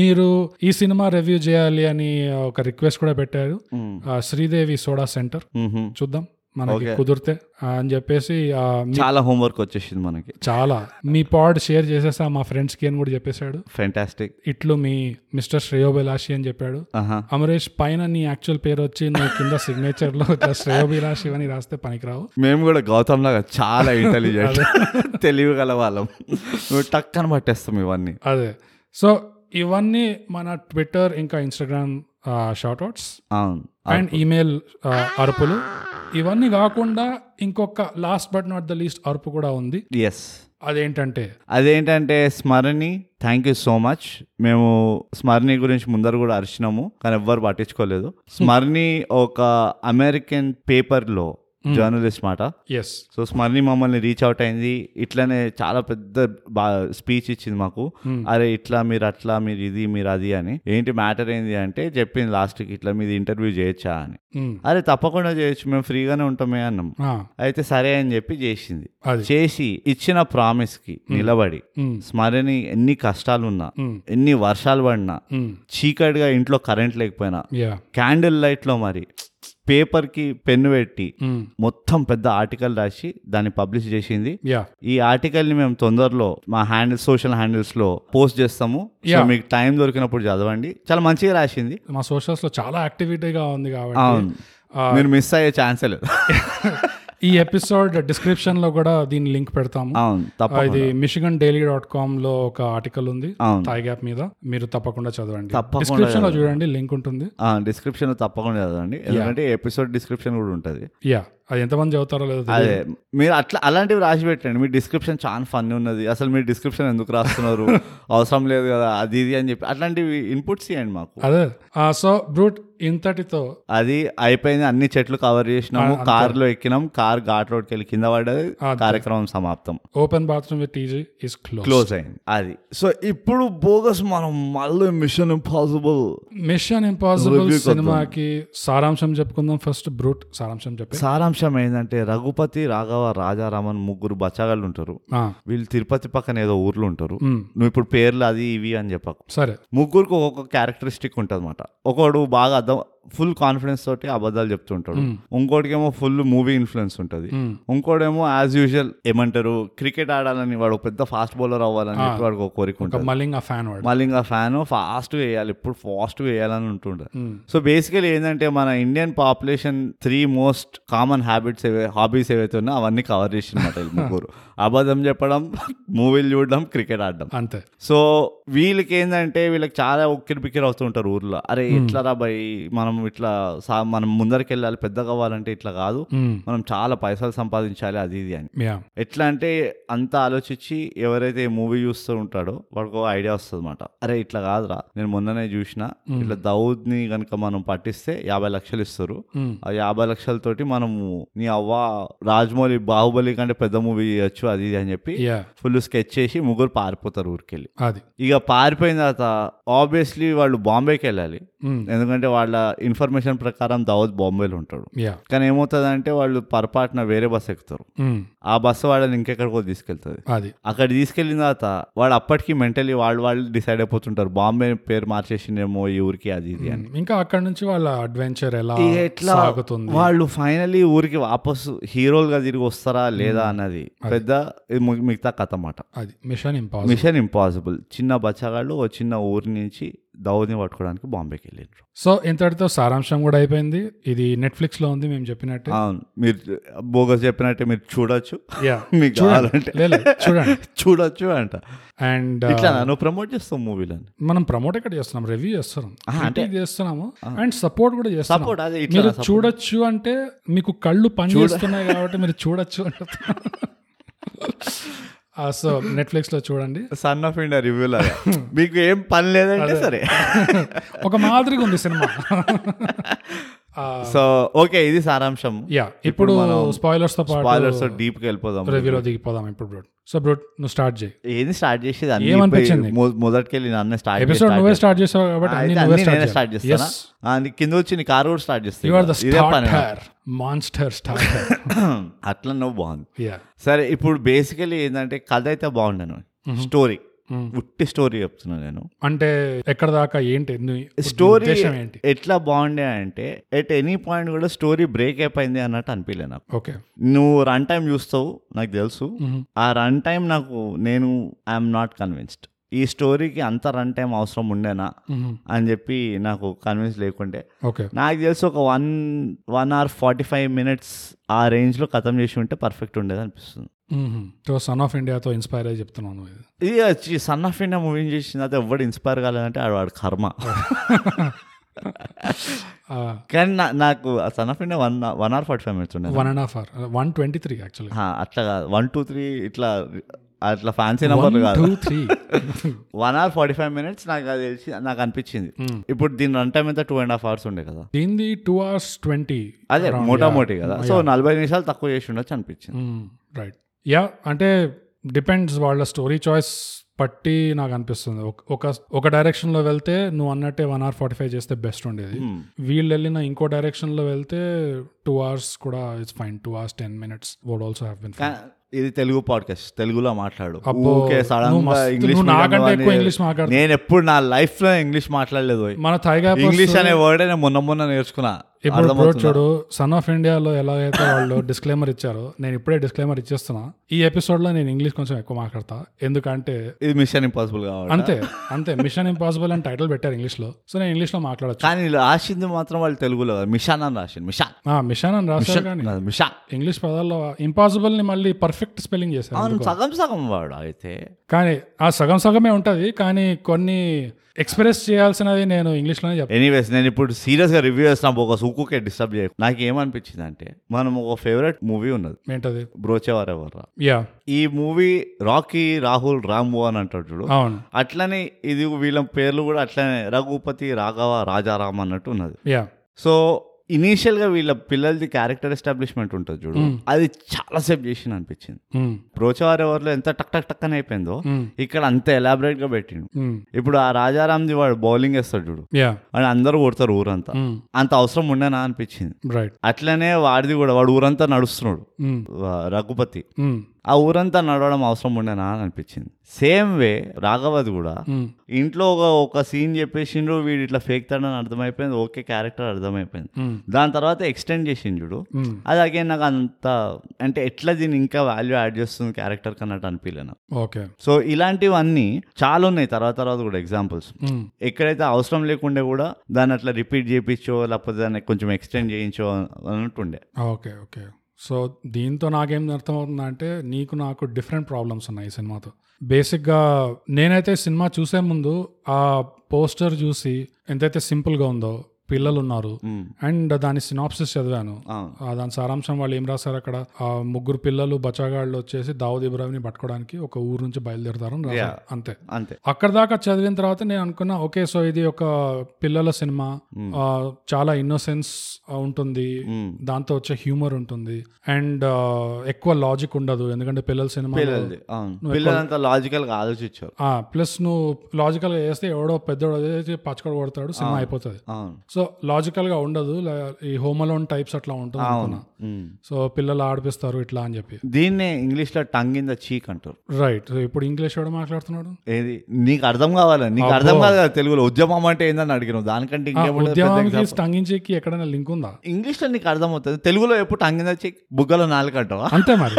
మీరు ఈ సినిమా రివ్యూ చేయాలి అని ఒక రిక్వెస్ట్ కూడా పెట్టారు
మ్,
ఆ, శ్రీదేవి సోడా సెంటర్
మ్హూ.
చూద్దాం మనకి కుదిరితే ఆ, అని చెప్పేసి ఆ, మీ-
చాలా హోంవర్క్ వచ్చేసింది మనకి
చాలా మీ పాడ్ షేర్ చేసేసా మా ఫ్రెండ్స్ కి అని కూడా చెప్పేశాడు
ఫెంటాస్టిక్
ఇట్లు మీ మిస్టర్ శ్రేయోభిలాషి అని చెప్పాడు
ఆహా
అమరేష్ పైన నీ యాక్చువల్ పేరు వచ్చి నువ్వు కింద సిగ్నేచర్ లో ఇట్లా శ్రేయోభిలాషి అని రాస్తే పనికిరావు
మేము కూడా గౌతమ్ లాగా చాలా ఇంటెలిజెంట్ తెలివి గల వాళ్ళం నువ్వు టక్ అని పట్టేస్తాం ఇవన్నీ
అదే సో ఇవన్నీ మన ట్విట్టర్ ఇంకా ఇన్స్టాగ్రామ్ షార్ట్ అవుట్స్
అవును
అండ్ ఈమెయిల్ అరుపులు ఇవన్నీ కాకుండా ఇంకొక last but not the least అరుపు కూడా ఉంది
ఎస్
అదేంటంటే
అదేంటంటే Smarani thank you so much మేము స్మరణి గురించి ముందర కూడా అరిచినాము కానీ ఎవ్వరు పట్టించుకోలేదు స్మరణి ఒక అమెరికన్ పేపర్లో జర్నలిస్ట్ మాట
ఎస్
సో స్మరణి మమ్మల్ని రీచ్ అవుట్ అయింది ఇట్లానే చాలా పెద్ద బా స్పీచ్ ఇచ్చింది మాకు
Hmm.
Hmm. అరే ఇట్లా మీరు అట్లా మీరు ఇది మీరు అది అని ఏంటి మ్యాటర్ ఏంది అంటే చెప్పింది లాస్ట్కి ఇట్లా మీది ఇంటర్వ్యూ చేయొచ్చా అని
Hmm.
అరే తప్పకుండా చేయొచ్చు మేము ఫ్రీగానే ఉంటామే అన్నాం అయితే సరే అని చెప్పి చేసింది
అది. Hmm.
చేసి ఇచ్చిన ప్రామిస్కి నిలబడి స్మరణి ఎన్ని కష్టాలున్నా ఎన్ని
Hmm.
వర్షాలు పడినా చీకటిగా ఇంట్లో కరెంట్ లేకపోయినా
యా
క్యాండిల్ లైట్లో మరి పేపర్ కి పెన్ను పెట్టి
మ్మ్.
మొత్తం పెద్ద ఆర్టికల్ రాసి దాన్ని పబ్లిష్ చేసింది
యా
ఈ ఆర్టికల్ ని మేము తొందరలో మా హ్యాండిల్ సోషల్ హ్యాండిల్స్ లో పోస్ట్ చేస్తాము సో
Yeah.
మీకు టైం దొరికినప్పుడు చదవండి చాలా మంచిగా రాసింది
మా సోషల్స్ లో చాలా యాక్టివిటీగా ఉంది కాబట్టి
అవును
ఆ,
మీరు మిస్ అయ్యే ఛాన్సే
*laughs*
లేదు
ఈ ఎపిసోడ్ డిస్క్రిప్షన్ లో కూడా దీని లింక్ పెడతాము
అవును తప్ప
ఇది మిషిగన్ డైలీ డాట్ కామ్ లో ఒక ఆర్టికల్ ఉంది
అవును.
థాయ్ గ్యాప్ మీద మీరు తప్పకుండా చదవండి
తప్పకుండా
డిస్క్రిప్షన్ లో చూడండి లింక్ ఉంటుంది
డిస్క్రిప్షన్ తప్పకుండా చదవండి ఎందుకంటే ఎపిసోడ్ డిస్క్రిప్షన్ కూడా ఉంటుంది
యా అది ఎంతమంది చదువుతారో లేదో తెలియదు.
అదే మీరు అట్లా అలాంటివి రాసి పెట్టండి మీ డిస్క్రిప్షన్ చాలా ఫన్ ఉన్నది అసలు మీరు డిస్క్రిప్షన్ ఎందుకు రాస్తున్నారు
*laughs*
అవసరం లేదు కదా అది ఇది అని చెప్పి అట్లాంటివి ఇన్పుట్స్ ఇవ్వండి మాకు
అదే సో బ్రూట్ ఇంతటితో
అది అయిపోయింది అన్ని చెట్లు కవర్ చేసినాము కార్ లో ఎక్కినాం కార్ ఘాట్ రోడ్కి వెళ్ళి కింద పడ్డది
అంతే.
కార్యక్రమం సమాప్తం
open bathroom with TG is close
close అయింది అది సో ఇప్పుడు బోగస్ మనం మళ్ళీ Mission Impossible
Mission Impossible
Review కొద్దాం.
సినిమాకి సారాంశం చెప్పుకుందాం ఫస్ట్ బ్రూట్ సారాంశం చెప్పి
సారాంశం ఏంటంటే రఘుపతి రాఘవ రాజారామన్ ముగ్గురు బచ్చగాళ్ళు ఉంటారు
ఆ,
వీళ్ళు తిరుపతి పక్కన ఏదో ఊర్లు ఉంటారు
మ్,
నువ్వు ఇప్పుడు పేర్లు అది ఇవి అని చెప్పకు
సరే
ముగ్గురికి ఒక్కొక్క క్యారెక్టరిస్టిక్ ఉంటుంది అనమాట ఒకడు బాగా అర్థం ఫుల్ కాన్ఫిడెన్స్ తోటి అబద్ధాలు చెప్తుంటాడు ఇంకోటికేమో ఫుల్ మూవీ ఇన్ఫ్లుయెన్స్ ఉంటుంది
మ్,
ఇంకోడేమో యాజ్ యూజువల్ ఏమంటారు క్రికెట్ ఆడాలని వాడు ఒక పెద్ద ఫాస్ట్ బౌలర్ అవ్వాలని చెప్పి వాడికి ఒక కోరిక
ఒక
ఉంటుంది
మలింగ ఫ్యాన్ వాడు
మళ్ళీ ఇంకా ఫ్యాన్ ఫాస్ట్ వేయాలి ఇప్పుడు ఫాస్ట్ వేయాలని ఉంటుండే
మ్,
సో బేసికలీ ఏంటంటే మన Indian population three most common habits ఏవే హాబీస్ ఏవైతే ఉన్నాయో అవన్నీ కవర్ చేసినమాట ఈ ముగ్గురు అబద్ధం చెప్పడం మూవీలు చూడడం క్రికెట్ ఆడడం
అంతే
సో వీళ్ళకి ఏంటంటే వీళ్ళకి చాలా ఉక్కిరి బిక్కిరి అవుతుంటారు ఊర్లో అరే ఇట్లా రా భయ్ మనం ఇట్లా సా- మనం ముందరికి వెళ్ళాలి పెద్దగా అవ్వాలంటే ఇట్లా కాదు
మ్,
మనం చాలా పైసలు సంపాదించాలి అది ఇది అని
యా
ఎట్లా అంటే అంత ఆలోచించి ఎవరైతే మూవీ చూస్తూ ఉంటాడో వాడికి ఐడియా వస్తుంది అనమాట అరే ఇట్లా కాదురా నేను మొన్ననే చూసిన ఇట్లా దౌద్ని కనుక మనం పట్టిస్తే యాభై లక్షలు ఇస్తారు
మ్,
ఆ యాభై లక్షలతోటి మనము నీ అవ్వ రాజమౌళి బాహుబలి కంటే పెద్ద మూవీ చేయొచ్చు అది ఇది అని చెప్పి
యా
ఫుల్ స్కెచ్ చేసి ముగ్గురు పారిపోతారు ఊరికెళ్ళి
అది
ఇక పారిపోయిన తర్వాత ఆబ్వియస్లీ వాళ్ళు బాంబేకి వెళ్ళాలి
మ్,
ఎందుకంటే వాళ్ళ ఇన్ఫర్మేషన్ ప్రకారం దావత్ బాంబేలో ఉంటాడు
యా
కానీ ఏమవుతుందంటే వాళ్ళు పొరపాటున వేరే బస్ ఎక్కుతారు
మ్,
ఆ బస్సు వాళ్ళని ఇంకెక్కడికో తీసుకెళ్తుంది
Hmm, అది
అక్కడ తీసుకెళ్ళిన తర్వాత వాడు అప్పటికి మెంటలీ వాళ్ళు వాళ్ళు డిసైడ్ అయిపోతుంటారు బాంబే పేరు మార్చేసిందేమో ఈ ఊరికి అది ఇది అని
Hmm. ఇంకా అక్కడ నుంచి వాళ్ళ అడ్వెంచర్ ఎలా
ఇక ఎట్లా
సాగుతుంది
వాళ్ళు ఫైనలీ ఊరికి వాపసు హీరోలుగా తిరిగి వస్తారా లేదా అన్నది పెద్ద ఇది మి- మిగతా కథ అన్నమాట
అది మిషన్ ఇంపాసిబుల్
మిషన్ ఇంపాసిబుల్ చిన్న బచ్చగాళ్ళు ఓ చిన్న ఊరి నుంచి దౌద్ని పట్టుకోవడానికి బాంబేకి వెళ్ళిండ్రు
సో ఇంతటితో సారాంశం కూడా అయిపోయింది ఇది నెట్ఫ్లిక్స్ లో ఉంది మేము చెప్పినట్టు
అవును మీరు బోగస్ చెప్పినట్టే మీరు
*laughs*
చూడొచ్చు *laughs*
యా
మీకు కావాలంటే
లేదు
*laughs*
చూడండి
చూడొచ్చు అంట
అండ్
ఇట్లా నువ్వు ప్రమోట్ చేస్తావు మూవీలని
మనం ప్రమోట్ ఇక్కడ చేస్తున్నాం రివ్యూ చేస్తున్నాం
Ah, అంటే-
critique చేస్తున్నాము అండ్ సపోర్ట్ కూడా చేస్తున్నాం
సపోర్ట్ అదే ఇట్లా
మీరు చూడొచ్చు అంటే మీకు కళ్ళు పని చేస్తున్నాయి కాబట్టి మీరు చూడొచ్చు అని
*laughs*
సో నెట్ఫ్లిక్స్ లో చూడండి
సన్ ఆఫ్ ఇండియా రివ్యూ లాగా మీకు ఏం పని లేదంటే సరే
ఒక మాదిరిగా ఉంది
*laughs*
సినిమా
సో ఓకే ఇది సారాంశం
యా ఇప్పుడు స్పాయిలర్స్ తో పాటు
పాలర్స్ డీప్ కి వెళ్ళిపోదాం
రివ్యూలో దిగిపోదాం ఇప్పుడు బ్రోట్ సో బ్రోట్ నువ్వు స్టార్ట్ చేయి
ఏది స్టార్ట్ చేసేది
ఏమనిపించింది?
అన్ని మొదటికెళ్ళి నన్ను స్టార్ట్
ఎపిసోడ్ నువ్వే స్టార్ట్ చేసావు కాబట్టి అన్ని నువ్వే
నేనే స్టార్ట్
స్టార్ట్
చేస్తానా ఆ, నీ కింద వచ్చి నీ కారు కూడా స్టార్ట్
యు ఆర్ ద
చేస్తాను ఇదే పని *clears throat*
స్టార్టర్ మాన్స్టర్ స్టార్టర్
అట్లా నువ్వు బాగుంది
యా
సరే ఇప్పుడు బేసికలీ ఏంటంటే కథ అయితే బాగుండను స్టోరీ ఉట్టి స్టోరీ చెప్తున్నా నేను
Mm. అంటే ఎక్కడ దాకా ఏంటి నీ
స్టోరీ
ఉద్దేశం ఏంటి
ఎట్లా బాగుండే అంటే ఎట్ ఎనీ పాయింట్ కూడా స్టోరీ బ్రేక్ అయిపోయింది అన్నట్టు అనిపించలే నాకు
ఓకే
నువ్వు రన్ టైం చూస్తావు నాకు తెలుసు
Mm-hmm.
ఆ రన్ టైం నాకు నేను ఐఎమ్ నాట్ కన్విన్స్డ్ ఈ స్టోరీకి అంత రన్ టైం అవసరం ఉండేనా
Mm-hmm.
అని చెప్పి నాకు కన్విన్స్ లేకుండే
ఓకే
నాకు తెలిసి ఒక one one hour forty five minutes ఆ రేంజ్లో ఖతం చేసి ఉంటే పర్ఫెక్ట్ ఉండేది అనిపిస్తుంది
సో సన్ ఆఫ్ ఇండియాతో ఇన్స్పైర్ అయ్యి చెప్తున్నాను ఇది
ఇది వచ్చి సన్ ఆఫ్ ఇండియా మూవీ చేసిన తర్వాత ఎవడు ఇన్స్పైర్ కాలేదంటే ఆడు వాడు కర్మ
ఆ,
కానీ నా- నాకు Son of India one one hour forty five minutes ఉండేది
one and half hour one twenty three యాక్చువల్గా
ఆ, అట్లా కాదు వన్ టూ త్రీ ఇట్లా అట్లా ఫ్యాన్సీ నెంబర్లు కాదు
two three
one hour forty five minutes నాకు అది తెలిసి నాకు అనిపించింది
Hmm.
ఇప్పుడు దీని రన్ టైం అయితే టూ అండ్ హాఫ్ అవర్స్ ఉండే కదా
దీనిది టూ అవర్స్ ట్వంటీ
అదే మోటామోటీ కదా
Hmm,
సో నలభై నిమిషాలు తక్కువ చేసి ఉండొచ్చు అనిపించింది
రైట్ యా Hmm, అంటే డిపెండ్స్ వాళ్ళ స్టోరీ చాయిస్ పట్టి నాకు అనిపిస్తుంది ఒక- ఒక ఒక డైరెక్షన్ లో వెళ్తే నువ్వు అన్నట్టే వన్ అవర్ ఫార్టీ ఫైవ్ చేస్తే బెస్ట్ ఉండేది
Hmm.
వీళ్ళు వెళ్ళిన ఇంకో డైరెక్షన్ లో వెళ్తే టూ అవర్స్ కూడా it's fine two hours ten minutes would also have been
కా- ఇది తెలుగు పాడ్కాస్ట్ తెలుగులో మాట్లాడు
Hmm. అబ్బో,
ఊకే సడన్
నువ్వు
గా
మస్తు-
ఇంగ్లీష్
నువ్వు
medium
నాకంటే
వాడిని-
ఎక్కువ ఇంగ్లీష్ మాట్లాడు
నేను ఎప్పుడు నా లైఫ్ లో ఇంగ్లీష్ మాట్లాడలేదు పోయి.
మన థైగా
ఇంగ్లీష్ అనే వర్డ్ నేను మొన్న మొన్న నేర్చుకున్నా
ఇప్పుడు ఇప్పుడు చూడు సన్ ఆఫ్ ఇండియాలో ఎలా అయితే వాళ్ళు డిస్క్లైమర్ ఇచ్చారో నేను ఇప్పుడే డిస్క్లైమర్ ఇచ్చేస్తున్నా ఈ ఎపిసోడ్ లో నేను ఇంగ్లీష్ కొంచెం ఎక్కువ మాట్లాడతా ఎందుకంటే
ఇది మిషన్ ఇంపాసిబుల్ కావాలి
అంతే అంతే మిషన్ ఇంపాసిబుల్ అని టైటిల్ పెట్టారు ఇంగ్లీష్ లో సో నేను ఇంగ్లీష్ లో మాట్లాడచ్చు
కానీ వీళ్ళు రాసింది మాత్రం వాళ్ళు తెలుగులో కాదు. మిషన్ అని రాసింది మిషన్
మిషన్ అని రాశారు
మిషన్
కానీ
కాదు, మిషన్
ఇంగ్లీష్ పదాల్లో ఇంపాసిబుల్ ని మళ్ళీ పర్ఫెక్ట్ స్పెల్లింగ్ చేశారు
అవును
ఎందుకో.
సగం సగం వాడు అయితే
కానీ ఆ సగం సగమే ఉంటది కానీ కొన్ని ఎక్స్ప్రెస్ చేయాల్సినది నేను ఇంగ్లీష్ లోనే చెప్తాను
ఎనీవేస్ నేను ఇప్పుడు సీరియస్ గా రివ్యూ చేస్తాను ఒక సుక్కుకే డిస్టర్బ్ చేయ నాకు ఏమనిపించింది అంటే మనం ఒక ఫేవరెట్ మూవీ ఉన్నది
ఏంటది
బ్రోచేవారు ఎవర్రా
యా
ఈ మూవీ రాకీ రాహుల్ రాంబో అని అంటాడు చూడు
అవును
అట్లనే ఇది వీళ్ళ పేర్లు కూడా అట్లనే రఘుపతి రాఘవ రాజారామ్ అన్నట్టు ఉన్నది
యా
సో ఇనీషియల్ గా వీళ్ళ పిల్లలది క్యారెక్టర్ ఎస్టాబ్లిష్మెంట్ ఉంటుంది చూడు అది చాలా సేపు చేసిన అనిపించింది
ఉమ్,
బ్రోచేవారు ఎవర్లో ఎంత టక్ టక్ టక్ అని అయిపోయిందో
ఉమ్,
ఇక్కడ అంత ఎలాబరేట్ గా పెట్టిండు
ఉమ్,
ఇప్పుడు ఆ రాజారాంది వాడు బౌలింగ్ వేస్తాడు చూడు
యా
అని అందరూ కొడతారు ఊరంతా
ఉమ్,
అంత అవసరం ఉండేనా అనిపించింది
రైట్
అట్లనే వాడిది కూడా వాడు ఊరంతా నడుస్తున్నాడు
ఉమ్,
వా- రఘుపతి
ఉమ్,
ఆ ఊరంతా నడవడం అవసరం ఉండేనా అని అనిపించింది సేమ్ వే రాఘవది కూడా
ఉమ్,
ఇంట్లో ఒక ఒక సీన్ చెప్పేసిండ్రు వీడు ఇట్లా ఫేక్ తాడని అర్థమైపోయింది ఓకే క్యారెక్టర్ అర్థమైపోయింది
ఉమ్,
దాని తర్వాత ఎక్స్టెండ్ చేసిండు
ఉమ్,
అది అగైన్ నాకు అంత అంటే ఎట్లా దీన్ని ఇంకా వాల్యూ యాడ్ చేస్తుంది క్యారెక్టర్ కన్నట్టు అనిపించలేను
ఓకే
సో ఇలాంటివన్నీ చాలా ఉన్నాయి తర్వాత తర్వాత కూడా ఎగ్జాంపుల్స్
ఉమ్,
ఎక్కడైతే అవసరం లేకుండా కూడా దాన్ని అట్లా రిపీట్ చేయించో లేకపోతే దాన్ని కొంచెం ఎక్స్టెండ్ చేయించో అన్నట్టుండే
ఓకే ఓకే సో దీంతో నాకేం అర్థమవుతుంది అంటే నీకు నాకు డిఫరెంట్ ప్రాబ్లమ్స్ ఉన్నాయి ఈ సినిమాతో బేసిక్గా నేనైతే సినిమా చూసే ముందు ఆ పోస్టర్ చూసి ఎంతైతే సింపుల్గా ఉందో పిల్లలు ఉన్నారు అండ్ దాని సినాప్సిస్ చదివాను
అవును
ఆ దాని సారాంశం వాళ్ళు ఏం రాశారు అక్కడ ఆ ముగ్గురు పిల్లలు బచాగాళ్ళు వచ్చేసి దావుద్ ఇబ్రాహింని పట్టుకోవడానికి ఒక ఊరు నుంచి బయలుదేరతారు అని రాశారు. అంతే
అంతే
అక్కడ దాకా చదివిన తర్వాత నేను అనుకున్నా ఓకే సో ఇది ఒక పిల్లల సినిమా ఆ, చాలా ఇన్నోసెన్స్ ఉంటుంది
మ్మ్.
దాంతో వచ్చే హ్యూమర్ ఉంటుంది అండ్ ఎక్కువ లాజిక్ ఉండదు ఎందుకంటే పిల్లల సినిమా
పిల్లలది అవును పిల్లలంతా లాజికల్ గా ఆలోచించారు
ప్లస్ నువ్వు లాజికల్ గా చేస్తే ఎవడో పెద్దోడు చేసి పచ్చకడ కొడతాడు సినిమా అయిపోతుంది
అవును
సో లాజికల్ గా ఉండదు ల- ఈ హోమలోన్ టైప్స్ అట్లా ఉంటుంది అనుకున్నా
ఉమ్.
సో పిల్లలు ఆడిపిస్తారు ఇట్లా అని చెప్పి
దీన్నే ఇంగ్లీష్ లో టంగ్ ఇన్ ద చీక్ అంటారు
రైట్ ఇప్పుడు ఇంగ్లీష్ కూడా మాట్లాడుతున్నాడు
ఏది నీకు అర్థం కావాలి నీకు అర్థం కాదు కదా తెలుగులో ఉద్యమం అంటే ఏందని అడిగినావు దానికంటే
ఉద్యమానికి
ఇంకేముంటుంది
స్టంగించేకి ఎక్కడైనా లింక్ ఉందా
ఇంగ్లీష్ లో నీకు అర్థం అవుతుంది తెలుగులో ఎప్పుడు టంగ్ ఇన్ ద చీక్ బుగ్గలో నాలుగు
*laughs*
అంటావా
అంతే మరి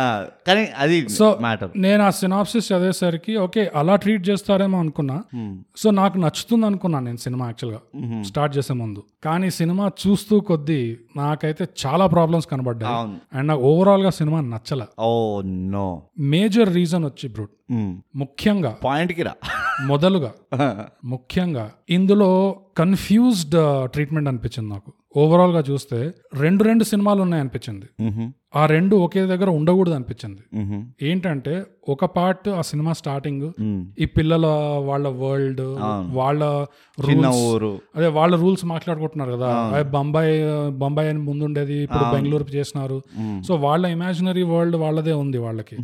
ఆ, కానీ అది
సో
మ్యాటర్
నేను ఆ సినాప్సిస్ చదివేసరికి ఓకే అలా ట్రీట్ చేస్తారేమో అనుకున్నా సో నాకు నచ్చుతుంది అనుకున్నాను నేను సినిమా యాక్చువల్గా స్టార్ట్ చేసే ముందు కానీ సినిమా చూస్తూ కొద్దీ నాకైతే చాలా ప్రాబ్లమ్స్ కనబడ్డాయి
అవును.
అండ్ నాకు ఓవరాల్ గా సినిమా నచ్చల
ఓ నో
మేజర్ రీజన్ వచ్చి బ్రూట్ ముఖ్యంగా
పాయింట్ కి రా
మొదలుగా ముఖ్యంగా ఇందులో కన్ఫ్యూజ్డ్ ట్రీట్మెంట్ అనిపించింది నాకు ఓవరాల్ గా చూస్తే రెండు రెండు సినిమాలు ఉన్నాయి అనిపించింది
మ్మ్.
ఆ రెండు ఒకే దగ్గర ఉండకూడదు అనిపించింది
మ్మ్.
ఏంటంటే ఒక పార్ట్ ఆ సినిమా స్టార్టింగ్
మ్మ్.
ఈ పిల్లల వాళ్ళ వరల్డ్ వాళ్ళ
చిన్న
రూల్స్
ఊరు
అదే వాళ్ళ రూల్స్ మాట్లాడుకుంటున్నారు కదా అదే బొంబాయి బొంబాయి అని ముందు ఉండేది ఇప్పుడు బెంగళూరు చేసినారు సో వాళ్ళ ఇమాజినరీ వరల్డ్ వాళ్ళదే ఉంది వాళ్ళకి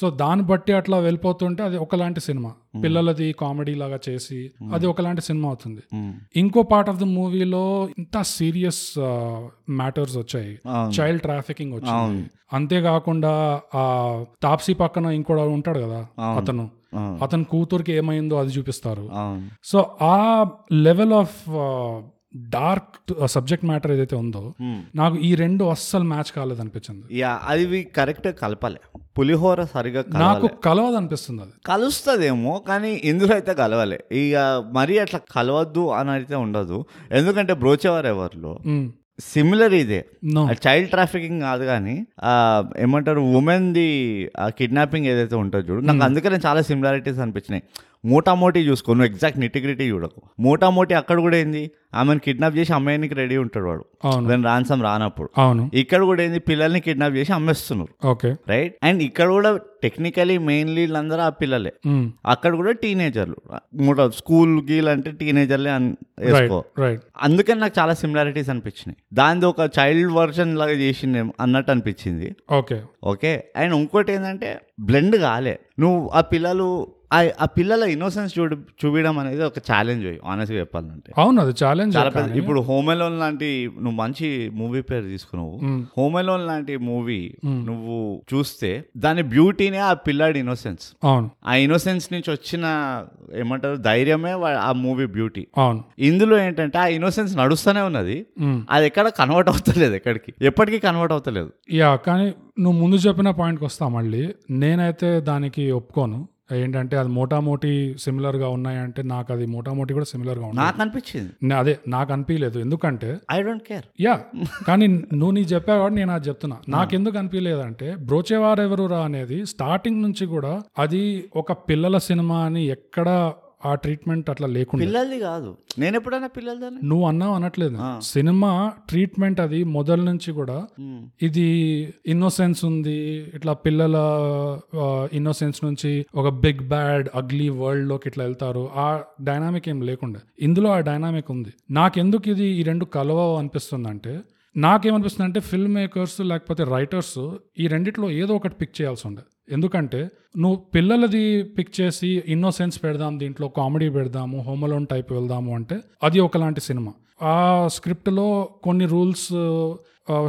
సో దాన్ని బట్టి అట్లా వెళ్ళిపోతుంటే అది ఒకలాంటి సినిమా పిల్లలది కామెడీ లాగా చేసి అది ఒకలాంటి సినిమా అవుతుంది
మ్మ్.
ఇంకో పార్ట్ ఆఫ్ ద మూవీలో ఇంత సీరియస్ మ్యాటర్స్ వచ్చాయి
అవును.
చైల్డ్ ట్రాఫికింగ్ వచ్చింది అంతేకాకుండా ఆ తాప్సీ పక్కన ఇంకోడు ఉంటాడు కదా అతను
అవును.
అతని కూతురికి ఏమైందో అది చూపిస్తారు
అవును
సో ఆ uh, level of dark subject matter uh, ఏదైతే ఉందో
Hmm.
నాకు ఈ రెండు అస్సలు మ్యాచ్ కాలేదనిపించింది
యా అది కరెక్ట్ కలపాలి పులిహోర సరిగా కలవాలి
నాకు కలవదనిపిస్తుంది అది
కలుస్తుందేమో కానీ ఇందులో అయితే కలవాలి ఇక మరీ అట్లా కలవద్దు అని అయితే ఉండదు ఎందుకంటే బ్రోచేవారు ఎవరిలో
మ్మ్.
సిమిలర్ ఇదే
Hmm. No.
చైల్డ్ ట్రాఫికింగ్ కాదు కానీ ఆ, ఏమంటారు ఉమెన్ ది కిడ్నాపింగ్ ఏదైతే ఉంటుందో చూడు నాకు అందుకనే చాలా సిమిలారిటీస్ అనిపించినాయి మోటామోటీ చూసుకో నువ్వు ఎగ్జాక్ట్ నిటిగ్రిటీ చూడకు మోటామోటీ అక్కడ కూడా ఏంది ఆమెను కిడ్నాప్ చేసి అమ్మాయినికి రెడీ ఉంటాడు వాడు
అవును
దాని రాన్సమ్ రానప్పుడు
అవును
ఇక్కడ కూడా ఏంది పిల్లల్ని కిడ్నాప్ చేసి అమ్మేస్తున్నారు
ఓకే
రైట్ అండ్ ఇక్కడ కూడా టెక్నికలీ మెయిన్లీ అందరూ ఆ పిల్లలే
Hmm.
అక్కడ కూడా టీనేజర్లు మూట స్కూల్ గీల్ అంటే టీనేజర్లే అని
రైట్
వేసుకో
రైట్
అందుకని నాకు చాలా సిమిలారిటీస్ అనిపించినాయి దానిది ఒక చైల్డ్ వర్షన్ లాగా చేసింది అన్నట్టు అనిపించింది
ఓకే
ఓకే అండ్ ఇంకోటి ఏంటంటే బ్లెండ్ కాలే నువ్వు ఆ పిల్లలు ఆ- ఆ పిల్లల ఇన్నోసెన్స్ చూడు చూపించడం అనేది ఒక ఛాలెంజ్ ఆనెస్ట్గా చెప్పాలంటే
అవును అది ఛాలెంజ్
చాలా పెద్ద ఇప్పుడు హోమ్ ఎలోన్ లాంటి నువ్వు మంచి మూవీ పేరు తీసుకున్నావు
Hmm.
హోమ్ ఎలోన్ లాంటి మూవీ నువ్వు చూస్తే దాని బ్యూటీనే ఆ పిల్లాడి ఇన్నోసెన్స్
అవును
ఆ ఇన్నోసెన్స్ నుంచి వచ్చిన ఏమంటారు ధైర్యమే వా- ఆ మూవీ బ్యూటీ
అవును Hmm.
ఇందులో ఏంటంటే ఆ ఇన్నోసెన్స్ నడుస్తూనే ఉన్నది
మ్మ్.
అది ఎక్కడ కన్వర్ట్ అవుతలేదు ఎక్కడికి ఎప్పటికీ కన్వర్ట్ అవుతలేదు
యా కానీ నువ్వు ముందు చెప్పిన పాయింట్కి వస్తా మళ్ళీ నేనైతే దానికి ఒప్పుకోను ఏంటంటే అది మోటామోటి సిమిలర్గా ఉన్నాయంటే నాకు అది మోటామోటి కూడా సిమిలర్గా ఉన్నాయి
నాకు అనిపించింది
నే- అదే నాకు అనిపించలేదు ఎందుకంటే
ఐ డోంట్ కేర్
యా కానీ నువ్వు నీ చెప్పావు కాబట్టి నేను అది చెప్తున్నా నాకెందుకు అనిపించలేదంటే బ్రోచేవారెవరు రా అనేది స్టార్టింగ్ నుంచి కూడా అది ఒక పిల్లల సినిమా అని ఎక్కడ ఆ ట్రీట్మెంట్ అట్లా లేకుండా
పిల్లల్ది కాదు నేను ఎప్పుడైనా పిల్లలదని
నువ్వు అన్నావు అనట్లేదు సినిమా ట్రీట్మెంట్ అది మొదల నుంచి కూడా ఇది ఇన్నోసెన్స్ ఉంది ఇట్లా పిల్లల ఇన్నోసెన్స్ నుంచి ఒక బిగ్ బ్యాడ్ అగ్లీ వరల్డ్ లోకి ఇట్లా వెళ్తారు ఆ డైనామిక్ ఏం లేకుండా ఇందులో ఆ డైనామిక్ ఉంది నాకెందుకు ఇది ఈ రెండు కలవ అనిపిస్తుందంటే నాకేమనిపిస్తుంది అంటే ఫిల్మ్ మేకర్స్ లేకపోతే రైటర్స్ ఈ రెండిట్లో ఏదో ఒకటి పిక్ చేయాల్సి ఉండే ఎందుకంటే నువ్వు పిల్లలది పిక్ చేసి ఇన్నోసెన్స్ పెడదాం దీంట్లో కామెడీ పెడదాము హోమలోన్ టైప్ వెళ్దాము అంటే అది ఒకలాంటి సినిమా ఆ స్క్రిప్ట్లో కొన్ని rules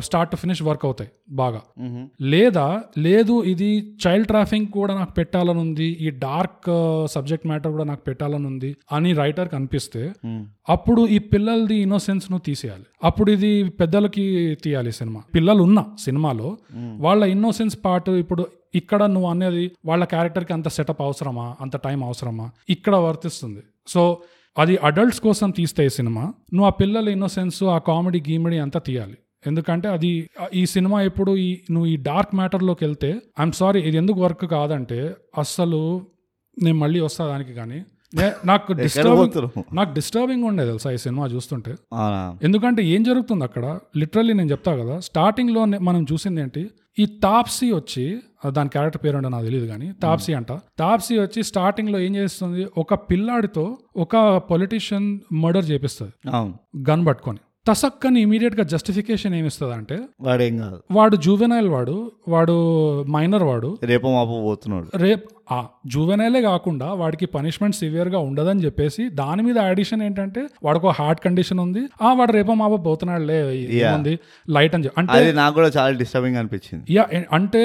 start to finish work అవుతాయి బాగా లేదా లేదు ఇది చైల్డ్ ట్రాఫింగ్ కూడా నాకు పెట్టాలని ఉంది ఈ డార్క్ సబ్జెక్ట్ మ్యాటర్ కూడా నాకు పెట్టాలని ఉంది అని రైటర్కి అనిపిస్తే అప్పుడు ఈ పిల్లలది ఇన్నోసెన్స్ ను తీసేయాలి అప్పుడు ఇది పెద్దలకి తీయాలి సినిమా పిల్లలు ఉన్న సినిమాలో వాళ్ళ ఇన్నోసెన్స్ పార్ట్ ఇప్పుడు ఇక్కడ నువ్వు అనేది వాళ్ళ క్యారెక్టర్కి అంత సెటప్ అవసరమా అంత టైం అవసరమా ఇక్కడ వర్తిస్తుంది సో అది అడల్ట్స్ కోసం తీస్తే ఈ సినిమా నువ్వు ఆ పిల్లల ఇన్నోసెన్స్ ఆ కామెడీ గీమెడీ అంతా తీయాలి ఎందుకంటే అది ఈ సినిమా ఇప్పుడు ఈ నువ్వు ఈ డార్క్ మ్యాటర్లోకి వెళ్తే ఐఎమ్ సారీ ఇది ఎందుకు వర్క్ కాదంటే అస్సలు నేను మళ్ళీ వస్తా దానికి కానీ నే- నాకు డిస్టర్బింగ్ నాకు డిస్టర్బింగ్ ఉండే తెలుసా ఈ సినిమా చూస్తుంటే ఎందుకంటే ఏం జరుగుతుంది అక్కడ లిటరల్లీ నేను చెప్తా కదా స్టార్టింగ్ లో నే- మనం చూసింది ఏంటి ఈ తాప్సీ వచ్చి ఆ దాని క్యారెక్టర్ పేరు అంటే నాకు తెలియదు కానీ తాప్సీ అంట తాప్సీ వచ్చి స్టార్టింగ్ లో ఏం చేస్తుంది ఒక పిల్లాడితో ఒక పొలిటీషియన్ మర్డర్ చేపిస్తుంది
అవును
గన్ పట్టుకొని తసక్కని ఇమీడియట్ గా జస్టిఫికేషన్ ఏమిస్తుంది అంటే
వాడేం కాదు
వాడు జూవెనైల్ వాడు వాడు మైనర్ వాడు
రేపు మాపు పోతున్నాడు
రేప్ ఆ జూవెనైలే కాకుండా వాడికి పనిష్మెంట్ సివియర్ గా ఉండదని చెప్పేసి దాని మీద అడిషన్ ఏంటంటే వాడికి హార్ట్ కండిషన్ ఉంది ఆ వాడు రేపో మాపో పోతున్నాడులే ఏముంది లైట్ అని చెప్పి అంటే
అది నాకు కూడా చాలా డిస్టర్బింగ్ అనిపించింది
యా ఎ- అంటే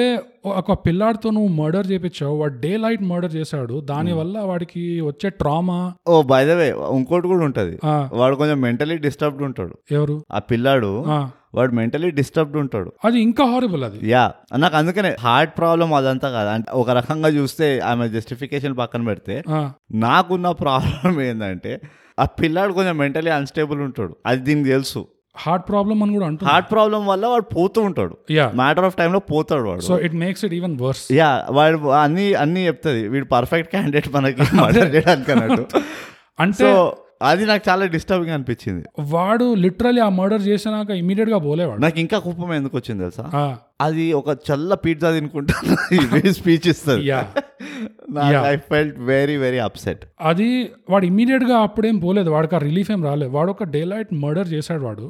ఒక పిల్లాడితో నువ్వు మర్డర్ చేపించావు వాడు డే లైట్ మర్డర్ చేశాడు దానివల్ల వాడికి వచ్చే ట్రామా
ఓ బై ద వే ఇంకోటి కూడా ఉంటది వాడు కొంచెం మెంటలీ డిస్టర్బ్డ్ ఉంటాడు
ఎవరు
ఆ పిల్లాడు
ఆ,
వాడు మెంటలీ డిస్టర్బ్డ్ ఉంటాడు
అది ఇంకా హారబుల్ అది
యా నాకు అందుకనే హార్ట్ ప్రాబ్లం అదంతా కాదు అంటే ఒక రకంగా చూస్తే ఆమె జస్టిఫికేషన్ పక్కన పెడితే
ఆ,
నాకున్న ప్రాబ్లం ఏంటంటే ఆ పిల్లాడు కొంచెం మెంటలీ అన్స్టేబుల్ ఉంటాడు అది దీనికి తెలుసు
హార్ట్ ప్రాబ్లం అని కూడా అంటున్నా
హార్ట్ ప్రాబ్లం వల్ల వాడు పోతూ ఉంటాడు
యా
మ్యాటర్ ఆఫ్ టైంలో పోతాడు వాడు
so it makes it even worse
yeah వాడు అన్ని అన్ని చెప్తుంది వీడు పర్ఫెక్ట్ క్యాండిడేట్ మనకి మర్డర్ చేయడానికి అన్నట్టు
అంటే
సో అది నాకు చాలా డిస్టర్బింగ్ అనిపించింది
వాడు లిటరలీ ఆ మర్డర్ చేసినాక ఇమీడియట్ గా పోలేవాడు
నాకు ఇంకా కుప్పం ఎందుకు వచ్చింది తెలుసా
ఆ,
అది ఒక చల్ల పిజ్జా తినుకుంటా స్పీచ్ ఇస్తుంది
yeah
I felt very very upset
అది వాడు ఇమీడియట్ గా అప్పుడేం పోలేదు వాడికి ఆ రిలీఫ్ ఏం రాలేదు వాడు ఒక డే లైట్ మర్డర్ చేశాడు వాడు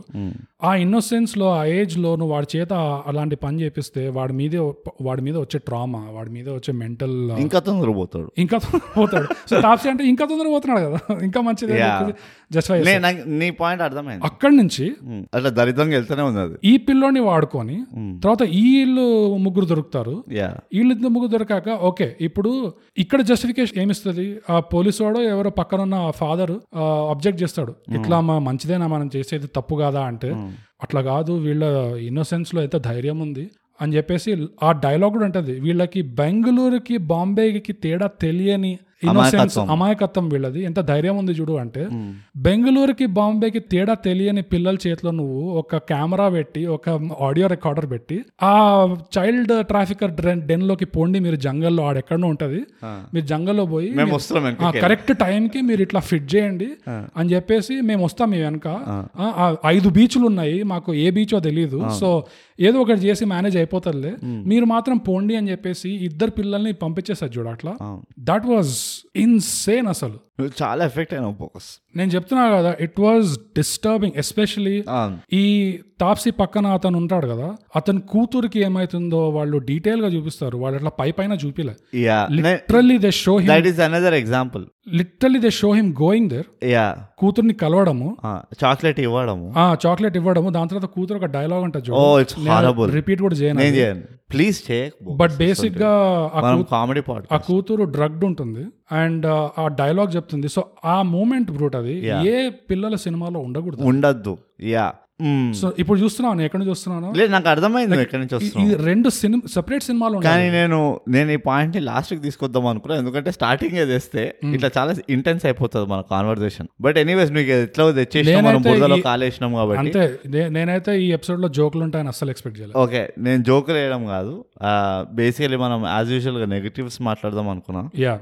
ఆ ఇన్నోసెన్స్ లో ఆ ఏజ్ లో నువ్వు వాడి చేత అలాంటి పని చేపిస్తే వాడి మీదే వాడి మీద వచ్చే ట్రామా వాడి మీద వచ్చే మెంటల్
ఇంకా తొందరగా పోతాడు
ఇంకా తొందర పోతాడు సో తాప్సీ అంటే ఇంకా తొందర పోతున్నాడు కదా ఇంకా మంచిది
Yeah.
జస్ట్
నే- నాకు- నీ పాయింట్ అర్థమైంది
అక్కడి నుంచి
ఉమ్, Mm. అట్లా దరిద్రంగా వెళ్తూనే ఉంది అది
ఈ పిల్లోని వాడుకొని తర్వాత ఈ వీళ్ళు ముగ్గురు దొరుకుతారు
యా
వీళ్ళిద్దరు ముగ్గురు దొరికాక ఓకే ఇప్పుడు ఇక్కడ జస్టిఫికేషన్ ఏమిస్తుంది ఆ పోలీసు వాడు ఎవరో పక్కన ఉన్న ఫాదర్ అబ్జెక్ట్ చేస్తాడు ఇట్లా మా మంచిదేనా మనం చేసేది తప్పు కాదా అంటే అట్లా కాదు వీళ్ళ ఇన్నోసెన్స్ లో ఎంత ధైర్యం ఉంది అని చెప్పేసి ఆ డైలాగ్ కూడా ఉంటుంది వీళ్ళకి బెంగళూరుకి బాంబేకి తేడా తెలియని ఇన్నోసెన్స్ అమాయకత్వం వీళ్ళది ఎంత ధైర్యం ఉంది చూడు అంటే బెంగళూరుకి బాంబేకి తేడా తెలియని పిల్లల చేతిలో నువ్వు ఒక కెమెరా పెట్టి ఒక ఆడియో రికార్డర్ పెట్టి ఆ చైల్డ్ ట్రాఫికర్ డెన్ లోకి పోండి మీరు జంగల్లో ఆడెక్కడో ఉంటది మీరు జంగల్లో పోయి
మేము వస్తున్నాం వెనక
కరెక్ట్ టైంకి మీరు ఇట్లా ఫిట్ చేయండి అని చెప్పేసి మేము వస్తాం మీ వెనక ఆ, ఆ ఐదు బీచ్లు ఉన్నాయి మాకు ఏ బీచో తెలియదు సో ఏదో ఒకటి చేసి మేనేజ్ అయిపోతుందిలే మీరు మాత్రం Ah. పోండి అని చెప్పేసి ఇద్దరు పిల్లల్ని పంపించేసారు చూడు అట్లా దట్ వాజ్ ఇన్సేన్ అసలు
Ah. నువ్వు చాలా ఎఫెక్ట్ అయినావు ఫోకస్
నేను చెప్తున్నా కదా it was disturbing especially
Ah.
ఈ తాప్సీ పక్కన అతను ఉంటాడు కదా అతని కూతురికి ఏమైతుందో వాళ్ళు డీటెయిల్ గా చూపిస్తారు వాళ్ళు అట్లా పై పైన చూపిలే
yeah
literally they show him
that is another example
literally they show him going there
yeah
కూతుర్ని కలవడము
చాక్లెట్ Ah, ఇవ్వడము
ఆ చాక్లెట్ ఇవ్వడము దాని తర్వాత కూతురు ఒక డైలాగ్ ఉంటుంది
ఓ ఇట్స్ హారబుల్
రిపీట్ కూడా చేయను
నేను చేయను ప్లీజ్ చేయకు
బట్ బేసిక్ గా ఆ
మనం కామెడీ పాడు
ఆ కూతురు డ్రగ్డ్ ఉంటుంది అండ్ ఆ డైలాగ్ చెప్తుంది సో ఆ మూమెంట్ బ్రూట్ అది ఏ పిల్లల సినిమాలో ఉండకూడదు
ఉండద్దు యా
సో ఇప్పుడు చూస్తున్నాను నేను ఎక్కడ చూస్తున్నాను
Hmm. లేదు నాకు అర్థమైంది నువ్వు ఎక్కడి నుంచి వస్తున్నావు
ఈ రెండు సినిమా సెపరేట్ సినిమాలు ఉన్నాయి
కానీ నేను నేను ఈ పాయింట్ ని లాస్ట్ కి తీసుకొద్దాం అనుకున్నా ఎందుకంటే స్టార్టింగ్ చేస్తే
Hmm.
ఇట్లా చాలా ఇంటెన్స్ అయిపోతుంది మన కాన్వర్సేషన్ బట్ ఎనీవేస్ మీకు ఎట్లా తెచ్చేసినాం మనం
నేనైతే
బురదలో
ఈ-
కాలేసినాం కాబట్టి
అంతే నే- నేనైతే ఈ ఎపిసోడ్ లో జోకులు ఉంటాయని అస్సలు ఎక్స్పెక్ట్ చేయలేదు
ఓకే నేను జోకులు వేయడం కాదు బేసికలీ మనం యాజ్ యూజువల్ గా నెగటివ్స్ మాట్లాడదాం అనుకున్నాం
యా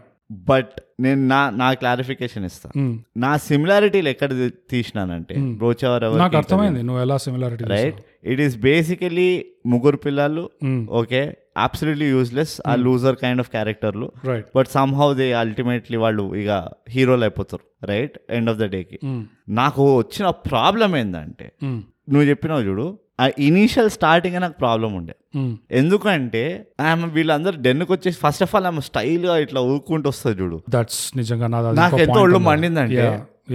బట్ నేను నా నా క్లారిఫికేషన్ ఇస్తాను
Hmm.
నా సిమిలారిటీలు ఎక్కడ తీ- తీసినానంటే బ్రోచవర్
నాకు అర్థమైంది నువ్వు ఎలా similarity
right it is basically ముగ్గురు పిల్లలు
Hmm.
ఓకే అబ్సల్యూట్లీ యూస్లెస్ ఆ లూజర్ కైండ్ ఆఫ్ క్యారెక్టర్లు
right
but somehow they ultimately వాళ్ళు ఇక హీరోలు అయిపోతారు రైట్ ఎండ్ ఆఫ్ ద డేకి
Hmm.
నాకు వచ్చిన ప్రాబ్లం ఏంటంటే నువ్వు చెప్పినావు చూడు ఆ ఇనీషియల్ స్టార్టింగ్ నాకు ప్రాబ్లం ఉండే
Hmm.
ఎందుకంటే ఆమె వీళ్ళందరూ డెన్కి వచ్చేసి ఫస్ట్ ఆఫ్ ఆల్ ఆమె స్టైల్గా ఇట్లా ఊరుకుంటూ వస్తుంది చూడు
దట్స్ నిజంగా నాది అది
నాకు
ఇంకో
ఎంత
point
ఒళ్ళు
ఉంది.
మండిందంటే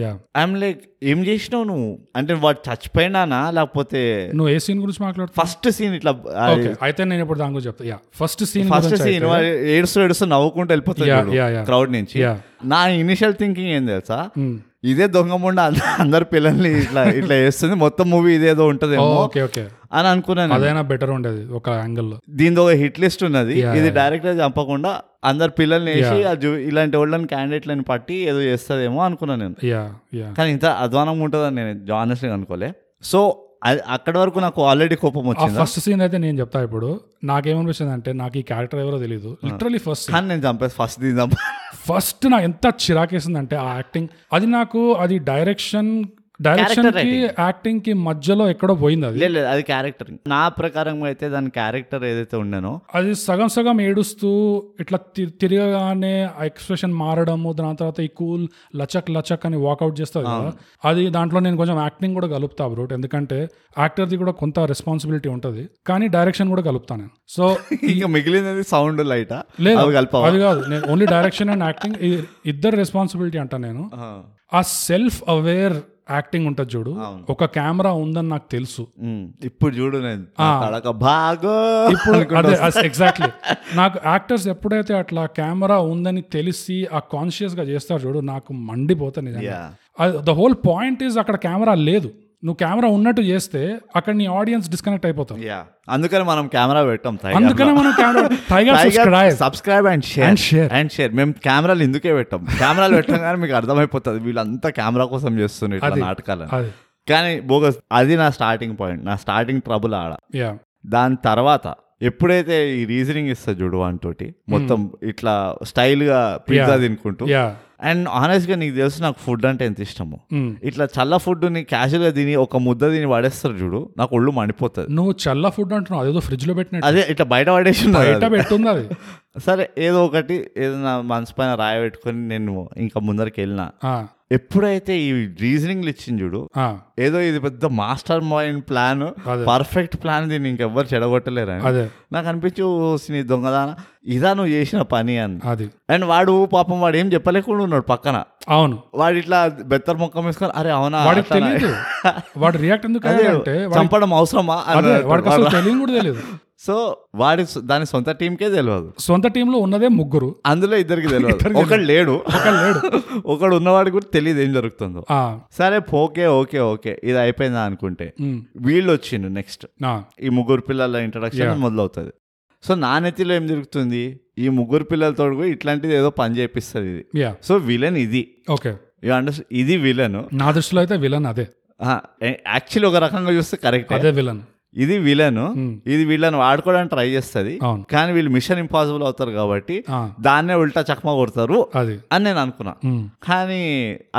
Yeah, yeah.
ఐఎమ్ లైక్ ఏం చేసినావు నువ్వు అంటే వాడు చచ్చిపోయినానా లేకపోతే
నువ్వు ఏ సీన్ గురించి మాట్లాడుతున్నావు
ఫస్ట్ సీన్ ఇట్లా
ఓకే అయితే నేను ఇప్పుడు దాని గురించి చెప్తా yeah first scene
first scene ఏడుస్తూ ఏడుస్తూ నవ్వుకుంటూ
Yeah,
వెళ్ళిపోతాడు
yeah, yeah.
క్రౌడ్ నుంచి
Yeah. Hmm.
నా ఇనిషియల్ థింకింగ్ ఏం తెలుసా ఇదే దొంగ ముండ అంద- అందరి పిల్లల్ని ఇట్లా ఇట్లా చేస్తుంది మొత్తం మూవీ ఇదేదో ఉంటదేమో
ఓకే ఓకే
అని అనుకున్నాను
అదైనా బెటర్ ఉండేది ఒక యాంగిల్ లో
దీనితో హిట్ లిస్ట్ ఉన్నది
Yeah,
ఇది డైరెక్టర్ చంపకుండా అందరు పిల్లల్ని వేసి అది జు- ఇలాంటి వాళ్ళని క్యాండిడేట్లను పట్టి ఏదో చేస్తుందేమో అనుకున్నాను నేను
యా యా
కానీ ఇంత అధ్వానంగా ఉంటుందని నేను ఆనెస్ట్గా అనుకోలే సో అక్కడ వరకు నాకు ఆల్రెడీ కోపం
ఆ
వచ్చింది
ఫస్ట్ సీన్ అయితే నేను చెప్తా ఇప్పుడు నాకేమనిపించింది అంటే నాకు ఈ క్యారెక్టర్ ఎవరో తెలియదు లిటరలీ ఫస్ట్
కానీ నేను చంపేసి ఫస్ట్ దీని చంప
ఫస్ట్ నా ఎంత చిరాకేసింది అంటే ఆ యాక్టింగ్ అది నాకు అది డైరెక్షన్ డైరెక్షన్ కి యాక్టింగ్ కి మధ్యలో ఎక్కడో పోయింది అది
లేదు లేదు అది క్యారెక్టర్ నా ప్రకారంగా అయితే దాని క్యారెక్టర్ ఏదైతే ఉండేనో
*laughs* అది సగం సగం ఏడుస్తూ ఇట్లా తి- తిరగగానే ఆ ఎక్స్ప్రెషన్ మారడము దాని తర్వాత ఈ కూల్ లచక్ లచక్ అని వాకౌట్ చేస్తుంది కదా అది దాంట్లో నేను కొంచెం యాక్టింగ్ కూడా కలుపుతా బ్రోట్ ఎందుకంటే యాక్టర్ది కూడా కొంత రెస్పాన్సిబిలిటీ ఉంటుంది కానీ డైరెక్షన్ కూడా కలుపుతా నేను సో
ఇంకా మిగిలినది సౌండ్ లైట్
లేదు
అవి కలపవా
అది కాదు నేను ఓన్లీ డైరెక్షన్ అండ్ యాక్టింగ్ ఇద్దరు రెస్పాన్సిబిలిటీ అంటా నేను
ఆ.
ఆ సెల్ఫ్ అవేర్ యాక్టింగ్ ఉంటుంది చూడు ఒక కెమెరా ఉందని నాకు
*laughs*
తెలుసు
ఉమ్, ఇప్పుడు చూడు నేను నా తడక బాగో
ఇప్పుడు అదే ఎగ్జాక్ట్లీ నాకు యాక్టర్స్ ఎప్పుడైతే అట్లా కెమెరా ఉందని తెలిసి ఆ కాన్షియస్ గా చేస్తారు చూడు నాకు మండిపోతా నిజంగా
Yeah.
The whole point is అక్కడ కెమెరా లేదు నువ్వు కెమెరా ఉన్నట్టు చేస్తే అక్కడ నీ ఆడియన్స్ డిస్కనెక్ట్ అయిపోతాం
యా అందుకని మనం కెమెరా పెట్టాం
అందుకనే మనం camera
*laughs*
tiger subscribe
subscribe and share
And share.
And share మేము కెమెరాలు ఎందుకే పెట్టాం కెమెరాలు పెట్టాం కానీ మీకు అర్థమైపోతుంది వీళ్ళంతా కెమెరా కోసం చేస్తున్నారు ఇట్లా నాటకాలని
అది
కానీ బోగస్ అది నా స్టార్టింగ్ పాయింట్ నా స్టార్టింగ్ ట్రబుల్ ఆడ
యా
దాని తర్వాత ఎప్పుడైతే ఈ రీజనింగ్ ఇస్తా చూడు వాటితోటి మొత్తం
Hmm.
ఇట్లా స్టైల్ గా పిజ్జా తినుకుంటూ
యా
అండ్ ఆనెస్ట్ గా నీకు తెలుసు నాకు ఫుడ్ అంటే ఎంత ఇష్టము
Hmm.
ఇట్లా చల్ల ఫుడ్ ని క్యాజువల్ గా తిని ఒక ముద్ద తిని పడేస్తారు చూడు నాకు ఒళ్ళు మండిపోతుంది
నువ్వు చల్ల ఫుడ్ అంటున్నావు అదేదో ఫ్రిడ్జ్ లో పెట్టినట్టు
అదే ఇట్లా బయట పడేసి ఉన్నది
బయట
అది.
పెట్టుంది అది
సరే ఏదో ఒకటి ఏదైనా మనసు పైన రాయ పెట్టుకొని నేను ఇంకా ముందరికి వెళ్ళిన
ఆ,
ఎప్పుడైతే ఈ రీజనింగ్లు ఇచ్చింది చూడు
ఆ,
ఏదో ఇది పెద్ద mastermind plan perfect plan దీన్ని ఇంకెవ్వరు చెడగొట్టలేరని
అదే
నాకు అనిపించి "ఓ, నీ దొంగదాన ఇదా నువ్వు చేసిన పని అని
అది
అండ్ వాడు పాపం వాడు ఏం చెప్పలేకుండా ఉన్నాడు పక్కన
అవును
వాడు ఇట్లా బెత్తర్ ముఖం వేసుకొని అరే అవునా
వాడికి
అట్లానా?"
తెలియదు
*laughs*
వాడు రియాక్ట్ ఎందుకు
అదే,
అయ్యాడంటే వాడి-
చంపడం అవసరమా
అదే వాడికి అసలు తెలియని కూడా తెలియదు
సో వాడి సొ- దాని సొంత టీంకే తెలియదు
సొంత టీంలో ఉన్నదే ముగ్గురు
అందులో
*laughs*
ఇద్దరికి తెలియదు ఒకడు లేడు
ఒకళ్ళు లేడు
*laughs* ఒకడు ఉన్నవాడికి కూడా తెలియదు ఏం జరుగుతుందో
ఆ,
సరే ఓకే ఓకే ఓకే ఇది అయిపోయిందా అనుకుంటే
ఉమ్,
వీళ్ళు వచ్చిండు నెక్స్ట్
ఆ,
ఈ ముగ్గురు పిల్లల ఇంట్రడక్షన్ మొదలవుతుంది సో నా నెత్తిలో ఏం జరుగుతుంది ఈ ముగ్గురు పిల్లలతో కూడా ఇట్లాంటిది ఏదో పని చేపిస్తుంది ఇది
యా
సో విలన్ ఇది
ఓకే
యు అండర్ ఇది విలన్
నా దృష్టిలో అయితే విలన్ అదే
యాక్చువల్లీ ఒక రకంగా చూస్తే కరెక్ట్
అదే విలన్
ఇది విలన్
Hmm.
ఇది వీళ్ళని వాడుకోవడానికి ట్రై చేస్తుంది
అవును
కానీ వీళ్ళు మిషన్ ఇంపాసిబుల్ అవుతారు కాబట్టి
ఆ,
దాన్నే ఉల్టా చక్మా కొడతారు
అది
అని నేను అనుకున్నా
ఉమ్,
కానీ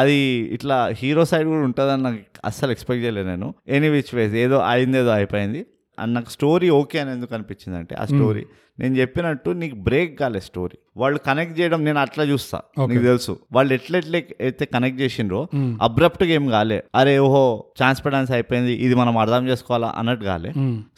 అది ఇట్లా హీరో సైడ్ కూడా ఉంటుందని నాకు అస్సలు ఎక్స్పెక్ట్ చేయలేదు నేను ఎనీ విచ్ వేస్ ఏదో అయింది ఏదో అయిపోయింది అండ్ నాకు స్టోరీ ఓకే అని ఎందుకు అనిపించింది అంటే ఆ స్టోరీ నేను చెప్పినట్టు నీకు బ్రేక్ కాలే స్టోరీ వాళ్ళు కనెక్ట్ చేయడం నేను అట్లా చూస్తా
Okay.
నీకు తెలుసు వాళ్ళు ఎట్లెట్లే అయితే కనెక్ట్ చేసిండ్రో అబ్రప్ట్ గా ఏం కాలే అరే ఓహో ఛాన్స్ పెడాన్స్ అయిపోయింది ఇది మనం అర్థం చేసుకోవాలా అన్నట్టు కాలే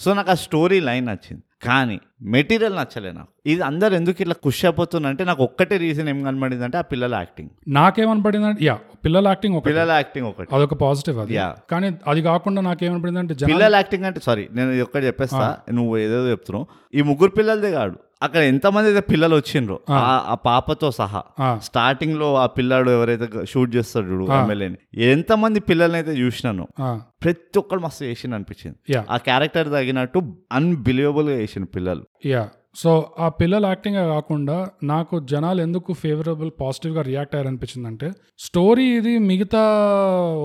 సో నాకు ఆ స్టోరీ లైన్ నచ్చింది కానీ మెటీరియల్ నచ్చలే నాకు ఇది అందరు ఎందుకు ఇట్లా కుష్ అయిపోతుందంటే నాకు ఒక్కటే రీజన్ ఏం కనబడింది అంటే ఆ పిల్లల యాక్టింగ్
నాకేమనపడింది అంటే యా పిల్లల యాక్టింగ్ ఒక
పిల్లల యాక్టింగ్ ఒకటి
అదొక పాజిటివ్ అది
Yeah.
కానీ అది కాకుండా నాకేమనపడింది అంటే జనాలు
పిల్లల యాక్టింగ్ అంటే సారీ నేను ఇది ఒక్కటి చెప్పేస్తా నువ్వు ఏదో చెప్తున్నావు ఈ ముగ్గురు పిల్లలదే కాదు అక్కడ ఎంతమంది అయితే పిల్లలు వచ్చిండ్రు ఆ- ఆ పాపతో సహా
ఆ,
స్టార్టింగ్ లో ఆ పిల్లాడు ఎవరైతే షూట్ చేస్తాడు చూడు ఎమ్మెల్యేని ఎంతమంది పిల్లల్ని అయితే చూసినాను
ఆ,
ప్రతి ఒక్కరు మస్తు చేసిండు అనిపించింది
యా
ఆ క్యారెక్టర్ తగినట్టు అన్బిలీవబుల్ గా చేసిన పిల్లలు
యా సో ఆ పిల్లల యాక్టింగ్ కాకుండా నాకు జనాలు ఎందుకు ఫేవరబుల్ పాజిటివ్గా రియాక్ట్ అయ్యారు అనిపించిందంటే స్టోరీ ఇది మిగతా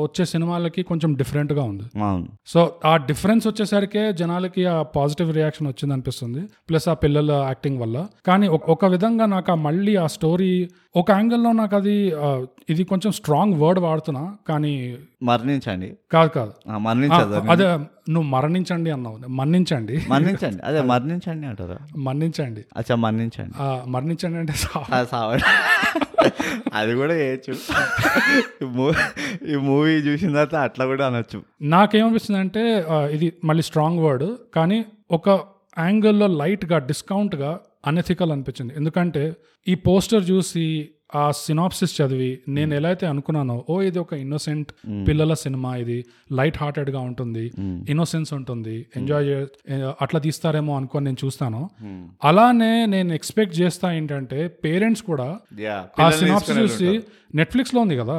వచ్చే సినిమాలకి కొంచెం డిఫరెంట్గా ఉంది
అవును
సో ఆ డిఫరెన్స్ వచ్చేసరికే జనాలకి ఆ పాజిటివ్ రియాక్షన్ వచ్చింది అనిపిస్తుంది ప్లస్ ఆ పిల్లల యాక్టింగ్ వల్ల కానీ ఒక- ఒక విధంగా నాకు ఆ మళ్ళీ ఆ స్టోరీ ఒక యాంగిల్లో నాకు అది ఆ, ఇది కొంచెం స్ట్రాంగ్ వర్డ్ వాడుతున్నా కానీ
మరణించండి
కాదు కాదు
ఆ,
ఆ,
మరణించదు
అదే నువ్వు మరణించండి అన్నావు మన్నించండి
మరణించండి
*laughs*
అదే మరణించండి అంటారా
మన్నించండి
అచ్చా మరణించండి
ఆ, మరణించండి అంటే సా-
ఆ సావ- అది కూడా చేయొచ్చు ఈ మూ- ఈ మూవీ చూసిన తర్వాత అట్లా కూడా అనొచ్చు
నాకేమనిపిస్తుంది అంటే ఇది మళ్ళీ స్ట్రాంగ్ వర్డ్ కానీ ఒక యాంగిల్లో లైట్గా డిస్కౌంట్గా అనెథికల్ అనిపించింది ఎందుకంటే ఈ పోస్టర్ చూసి ఆ సినాప్సిస్ చదివి నేను ఎలా అయితే అనుకున్నానో ఓ ఇది ఒక ఇన్నోసెంట్ పిల్లల సినిమా ఇది లైట్ హార్టెడ్గా ఉంటుంది ఇన్నోసెన్స్ ఉంటుంది ఎంజాయ్ అట్లా తీస్తారేమో అనుకొని నేను చూస్తాను అలానే నేను ఎక్స్పెక్ట్ చేస్తా ఏంటంటే పేరెంట్స్ కూడా
యా
ఆ సినాప్సిస్ చూసి నెట్ఫ్లిక్స్ లో ఉంది కదా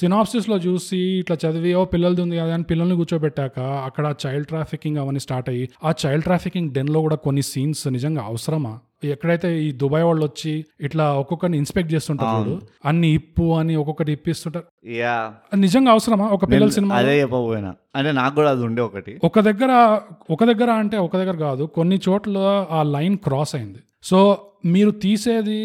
సినాప్సిస్ లో చూసి ఇట్లా చదివి ఓ పిల్లలది ఉంది కదా అని పిల్లల్ని కూర్చోబెట్టాక అక్కడ చైల్డ్ ట్రాఫికింగ్ అవన్నీ స్టార్ట్ అయ్యి ఆ చైల్డ్ ట్రాఫికింగ్ డెన్ లో కూడా కొన్ని సీన్స్ నిజంగా అవసరమా ఎక్కడైతే ఈ దుబాయ్ వాళ్ళు వచ్చి ఇట్లా ఒక్కొక్కరిని ఇన్స్పెక్ట్ చేస్తుంటారు చూడు అన్ని ఇప్పు అని ఒక్కొక్కటి ఇప్పిస్తుంటారు
యా
అది నిజంగా అవసరమా ఒక పిల్లల సినిమా
అదే చెప్పబోయినా అంటే నాకు కూడా అది ఉండే ఒకటి
ఒక దగ్గర ఒక దగ్గర అంటే ఒక దగ్గర కాదు కొన్ని చోట్ల ఆ లైన్ క్రాస్ అయింది సో మీరు తీసేది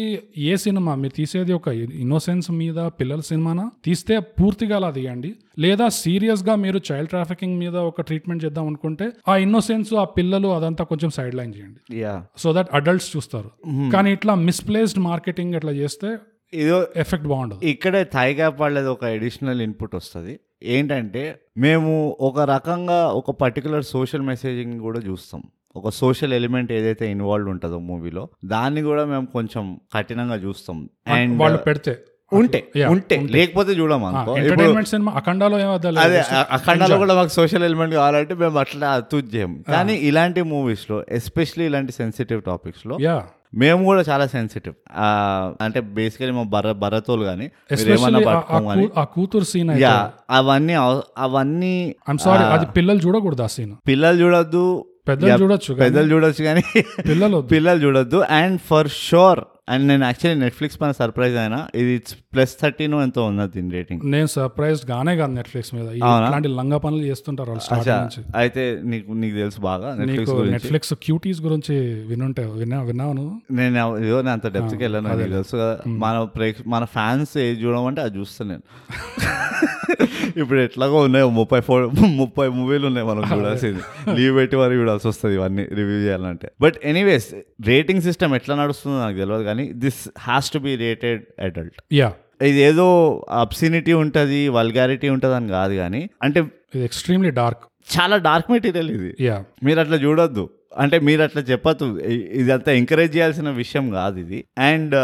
ఏ సినిమా మీరు తీసేది ఒక ఇన్నోసెన్స్ మీద పిల్లల సినిమానా తీస్తే పూర్తిగా అలా తీయండి లేదా సీరియస్ గా మీరు చైల్డ్ ట్రాఫికింగ్ మీద ఒక ట్రీట్మెంట్ చేద్దాం అనుకుంటే ఆ ఇన్నోసెన్స్ ఆ పిల్లలు అదంతా కొంచెం సైడ్ లైన్ చేయండి
యా
సో దట్ అడల్ట్స్ చూస్తారు కానీ ఇట్లా మిస్ప్లేస్డ్ మార్కెటింగ్ ఇట్లా చేస్తే
ఇదో
ఎఫెక్ట్ బాగుండదు
ఇక్కడే థైగ్యాప్ వాళ్ళది ఒక అడిషనల్ ఇన్పుట్ వస్తుంది ఏంటంటే మేము ఒక రకంగా ఒక పర్టికులర్ సోషల్ మెసేజింగ్ కూడా చూస్తాం ఒక సోషల్ ఎలిమెంట్ ఏదైతే ఇన్వాల్వ్ ఉంటుందో మూవీలో దాన్ని కూడా మేము కొంచెం కఠినంగా చూస్తాం అండ్
వాళ్ళు పెడితే
ఉంటే
Yeah,
ఉంటే లేకపోతే చూడం అనుకో ఇప్పుడు
ఎంటర్టైన్మెంట్ సినిమా అఖండాలో ఏమద్దాలి
అదే అ- అఖండాలో కూడా మాకు సోషల్ ఎలిమెంట్ కావాలంటే మేము అట్లా తూజ్ చేయం కానీ ఇలాంటి మూవీస్లో ఎస్పెషలీ ఇలాంటి సెన్సిటివ్ టాపిక్స్లో
యా
మేము కూడా చాలా సెన్సిటివ్ అంటే బేసికలీ మా బర భరతోలు కానీ ఏమన్నా
ఎస్పెషల్లీ
పట్టుకోం కానీ
ఆ కూతురు సీన్ అయితే
యా అవన్నీ అవ- అవన్నీ
ఐమ్ సారీ అది పిల్లలు చూడకూడదు ఆ సీన్
పిల్లలు చూడొద్దు
పెద్దలు చూడొచ్చు కానీ
పెద్దలు చూడొచ్చు
*laughs*
కానీ
పిల్లలు వద్దు.
పిల్లలు చూడొద్దు అండ్ ఫర్ షూర్ అండ్ నేను యాక్చువల్లీ నెట్ఫ్లిక్స్ పైన సర్ప్రైజ్ అయినా ఇది ప్లస్ థర్టీన్ ఎంతో ఉన్నది దీని రేటింగ్
నేను సర్ప్రైజ్ గానే కాదు నెట్ఫ్లిక్స్ మీద ఈ ఇట్లాంటి లంగా పనులు చేస్తుంటారు వాళ్ళు స్టార్ట్ నుంచి
అయితే నీకు నీకు తెలుసు బాగా నెట్ఫ్లిక్స్
నీకు నెట్ఫ్లిక్స్ క్యూటీస్ గురించి వినుంటే విన్నా విన్నావు నువ్వు?
నేను ఎవ- ఇదిగో నేను అంత డెప్త్కి వెళ్ళాను నీకు తెలుసు కదా మన ప్రేక్ష మన ఫ్యాన్స్ ఏది చూడమంటే అది చూస్తాను నేను *laughs* ఇప్పుడు ఎట్లాగో ఉన్నాయో ముప్పై ఫోర్ ముప్పై మూవీలు ఉన్నాయి మనం చూడాల్సింది లీవ్ పెట్టి మరి చూడాల్సి వస్తుంది ఇవన్నీ రివ్యూ చేయాలంటే బట్ ఎనీవేస్ రేటింగ్ సిస్టమ్ ఎట్లా నడుస్తుందో నాకు తెలియదు కానీ this has to be rated adult
yeah
ఇది ఏదో అబ్సినిటీ ఉంటుంది వల్గారిటీ ఉంటుంది అని కాదు కానీ అంటే
ఇది ఎక్స్ట్రీమ్లీ డార్క్
చాలా డార్క్ మెటీరియల్ ఇది
యా
మీరు అట్లా చూడొద్దు అంటే మీరు అట్లా చెప్పొద్దు ఇ- ఇదంతా ఎంకరేజ్ చేయాల్సిన విషయం కాదు ఇది అండ్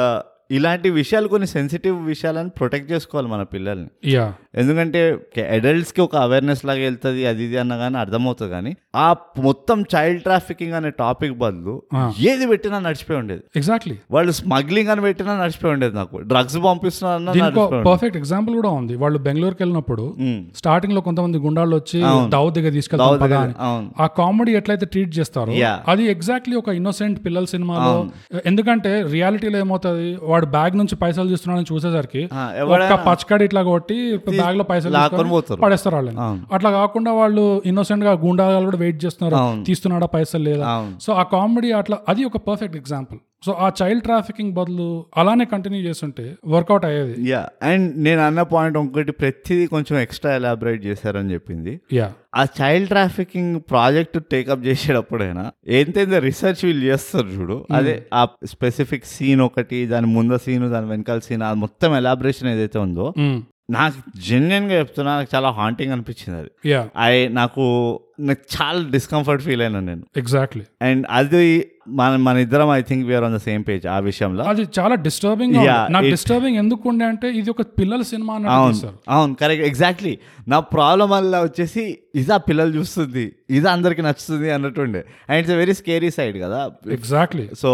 ఇలాంటి విషయాలు కొన్ని సెన్సిటివ్ విషయాలను ప్రొటెక్ట్ చేసుకోవాలి మన పిల్లల్ని
యా
ఎందుకంటే అడల్ట్స్కి ఒక అవేర్నెస్ లాగా వెళ్తుంది అది ఇది అన్న కానీ అర్థమవుతుంది కానీ ఆ మొత్తం చైల్డ్ ట్రాఫికింగ్ అనే టాపిక్ బదులు ఏది పెట్టినా నడిచిపోయి ఉండేది
ఎగ్జాక్ట్లీ
వాళ్ళు స్మగ్లింగ్ అని పెట్టినా నడిచిపోయి ఉండేది నాకు డ్రగ్స్ పంపిస్తున్నా
దీనికి పర్ఫెక్ట్ ఎగ్జాంపుల్ కూడా ఉంది వాళ్ళు బెంగళూరుకి వెళ్ళినప్పుడు స్టార్టింగ్ లో కొంతమంది గుండాళ్ళు వచ్చి దావ్ దగ్గర తీసుకెళ్తారు పదా అని.
అవును
ఆ కామెడీ ఎట్లయితే ట్రీట్ చేస్తారో
Yeah.
అది ఎగ్జాక్ట్లీ ఒక ఇన్నోసెంట్ పిల్లల సినిమాలో ఎందుకంటే రియాలిటీలో ఏమవుతుంది వాడు బ్యాగ్ నుంచి పైసలు తీస్తున్నాడని చూసేసరికి
ఆ,
ఒక్క పచ్చకాడి ఇట్లా కొట్టి బ్యాగ్ లో పైసలు
లాక్కొని
తీసుకొని
పోతారు.
పడేస్తారు వాళ్ళని అట్లా కాకుండా వాళ్ళు ఇన్నోసెంట్ గా గుండాలు కూడా వెయిట్ చేస్తున్నారు తీస్తున్నాడా పైసలు లేదా
అవును.
సో ఆ కామెడీ అట్లా అది ఒక పర్ఫెక్ట్ ఎగ్జాంపుల్ సో ఆ చైల్డ్ ట్రాఫికింగ్ బదులు అలానే కంటిన్యూ చేస్తుంటే వర్కౌట్ అయ్యేది
యా అండ్ నేను అన్న పాయింట్ ఇంకోటి ప్రతిదీ కొంచెం ఎక్స్ట్రా ఎలాబరేట్ చేశారని చెప్పింది
యా
ఆ చైల్డ్ ట్రాఫికింగ్ ప్రాజెక్ట్ టేకప్ చేసేటప్పుడైనా ఏంటైతే రీసెర్చ్ వీళ్ళు చేస్తారు చూడు అదే ఆ స్పెసిఫిక్ సీన్ ఒకటి దాని ముందు సీన్ దాని వెనకాల సీన్ అది మొత్తం ఎలాబరేషన్ ఏదైతే ఉందో
Mm.
నాకు జెన్యున్ గా చెప్తున్నా నాకు చాలా హాంటింగ్ అనిపించింది అది
యా
అది నాకు నాకు చాలా డిస్కంఫర్ట్ ఫీల్ అయినా నేను
ఎగ్జాక్ట్లీ
అండ్ అది మన మన ఇద్దరం I think we're on the same page ఆ విషయంలో
అది చాలా డిస్టర్బింగ్
Yeah,
నాకు
it-
డిస్టర్బింగ్ ఎందుకు ఉండే అంటే ఇది ఒక పిల్లల సినిమా అని
అవును
అనిపిస్తారు
అవును కరెక్ట్ ఎగ్జాక్ట్లీ నా ప్రాబ్లం వల్ల వచ్చేసి ఇదా పిల్లలు చూస్తుంది ఇదా అందరికి నచ్చుతుంది అన్నట్టుండే and it's very scary side కదా
ఎగ్జాక్ట్లీ
సో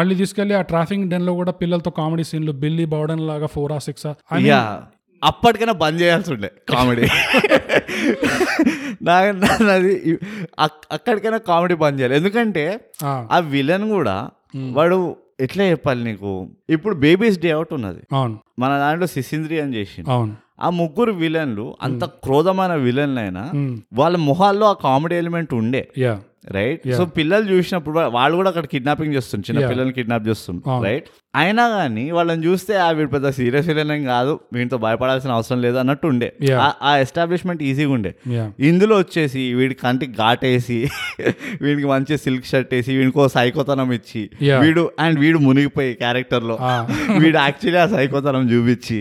మళ్ళీ తీసుకెళ్లి ఆ ట్రాఫిక్ డెన్ లో కూడా పిల్లలతో కామెడీ సీన్లు బిల్లీ బౌడన్ లాగా ఫోర్ ఆ సిక్స్
యా అప్పటికైనా బంద్ చేయాల్సి ఉండే కామెడీ నా నాది అక్- అక్కడికైనా కామెడీ బంద్ చేయాలి ఎందుకంటే ఆ విలన్ కూడా వాడు ఎట్లా చెప్పాలి నీకు ఇప్పుడు బేబీస్ డే అవుట్ ఉన్నది
అవును
మన దాంట్లో సిసింద్రి అని చేసి
అవును
ఆ ముగ్గురు విలన్లు అంత క్రోధమైన విలన్లైనా
Hmm.
వాళ్ళ మొహాల్లో ఆ కామెడీ ఎలిమెంట్ ఉండే
యా
రైట్ సో పిల్లలు చూసినప్పుడు వా- వాళ్ళు కూడా అక్కడ కిడ్నాపింగ్ చేస్తుంది చిన్న పిల్లల్ని కిడ్నాప్ చేస్తుంది
అవును.
రైట్ అయినా కానీ వాళ్ళని చూస్తే ఆ వీడు పెద్ద సీరియస్ విలన్ ఏం కాదు వీటితో భయపడాల్సిన అవసరం లేదు అన్నట్టు ఉండే
Yeah.
ఆ- ఆ ఎస్టాబ్లిష్మెంట్ ఈజీగా ఉండే
యా
ఇందులో వచ్చేసి వీడి కంటికి ఘాటేసి *laughs* వీడికి మంచి సిల్క్ షర్ట్ వేసి వీడికి ఓ సైకోతనం ఇచ్చి
Yeah.
వీడు అండ్ వీడు మునిగిపోయి క్యారెక్టర్ లో
Ah.
*laughs* వీడు యాక్చువల్లీ ఆ సైకోతనం చూపించి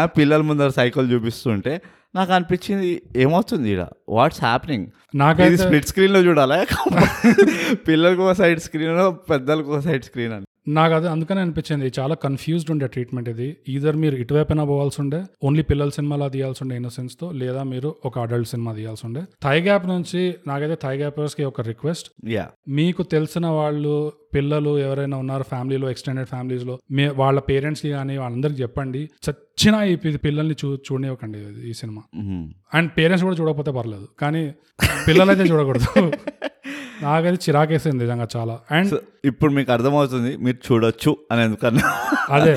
ఆ పిల్లల ముందర సైకోలు చూపిస్తుంటే నాకు అనిపించింది ఏమవుతుంది ఇక్కడ వాట్స్ హ్యాపెనింగ్ ఇది
నాకైతే
స్ప్లిట్ స్క్రీన్ లో చూడాలా *laughs* పిల్లలకు ఒక సైడ్ స్క్రీన్ పెద్దలకు ఒక సైడ్ స్క్రీన్ అని
నాకు అది అందుకనే అనిపించింది చాలా కన్ఫ్యూజ్డ్ ఉండే ట్రీట్మెంట్ ఇది ఈధర్ మీరు ఇటువైపున పోవాల్సి ఉండే ఓన్లీ పిల్లల సినిమాలా తీయాల్సి ఉండే ఇన్నోసెన్స్ తో లేదా మీరు ఒక అడల్ట్ సినిమా తీయాల్సి ఉండే థై గ్యాప్ నుంచి నాకైతే థై గ్యాపర్స్ కి ఒక రిక్వెస్ట్
యా
మీకు తెలిసిన వాళ్ళు పిల్లలు ఎవరైనా ఉన్నారు ఫ్యామిలీలో ఎక్స్టెండెడ్ ఫ్యామిలీస్లో మీ వాళ్ళ పేరెంట్స్కి కానీ వాళ్ళందరికీ చెప్పండి చచ్చిన ఈ పి- పిల్లల్ని చూ చూడనివ్వకండి ఇది- ఈ సినిమా అండ్ పేరెంట్స్ కూడా చూడకపోతే పర్లేదు కానీ పిల్లలైతే చూడకూడదు నాకైతే చిరాకేసింది నిజంగా చాలా అండ్
ఇప్పుడు మీకు అర్థమవుతుంది మీరు చూడొచ్చు అని ఎందుకన్నా
అదే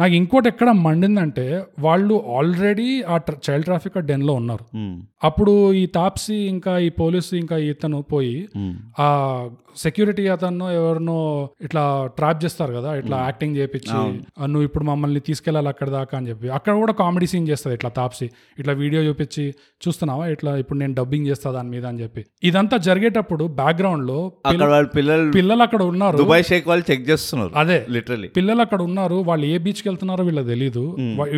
నాకు ఇంకోటి ఎక్కడ మండిందంటే వాళ్ళు ఆల్రెడీ ఆ చైల్డ్ ట్రాఫిక్ డెన్లో ఉన్నారు
Hmm.
అప్పుడు ఈ తాప్సీ ఇంకా ఈ పోలీసు ఇంకా ఇతను పోయి
Hmm.
ఆ సెక్యూరిటీ అతను ఎవరినో ఇట్లా ట్రాప్ చేస్తారు కదా ఇట్లా యాక్టింగ్ చేపించి "ఆ, నువ్వు ఇప్పుడు మమ్మల్ని తీసుకెళ్ళాలి అక్కడ దాకా అని చెప్పి అక్కడ కూడా కామెడీ సీన్ చేస్తుంది ఇట్లా తాప్సి ఇట్లా వీడియో చూపించి చూస్తున్నావా ఇట్లా ఇప్పుడు నేను డబ్బింగ్ చేస్తా దాని మీద అని చెప్పి ఇదంతా జరిగేటప్పుడు బ్యాక్గ్రౌండ్ లో పిల్ల-
*laughs* అక్కడ వాళ్ళ పిల్లలు
పిల్లలు అక్కడ ఉన్నారు
దుబాయ్ షేక్ వాళ్ళు చెక్ చేస్తున్నారు
అదే
లిటరలీ
పిల్లలు అక్కడ ఉన్నారు వాళ్ళు ఏ బీచ్కి వెళ్తున్నారో వీళ్ళకి తెలియదు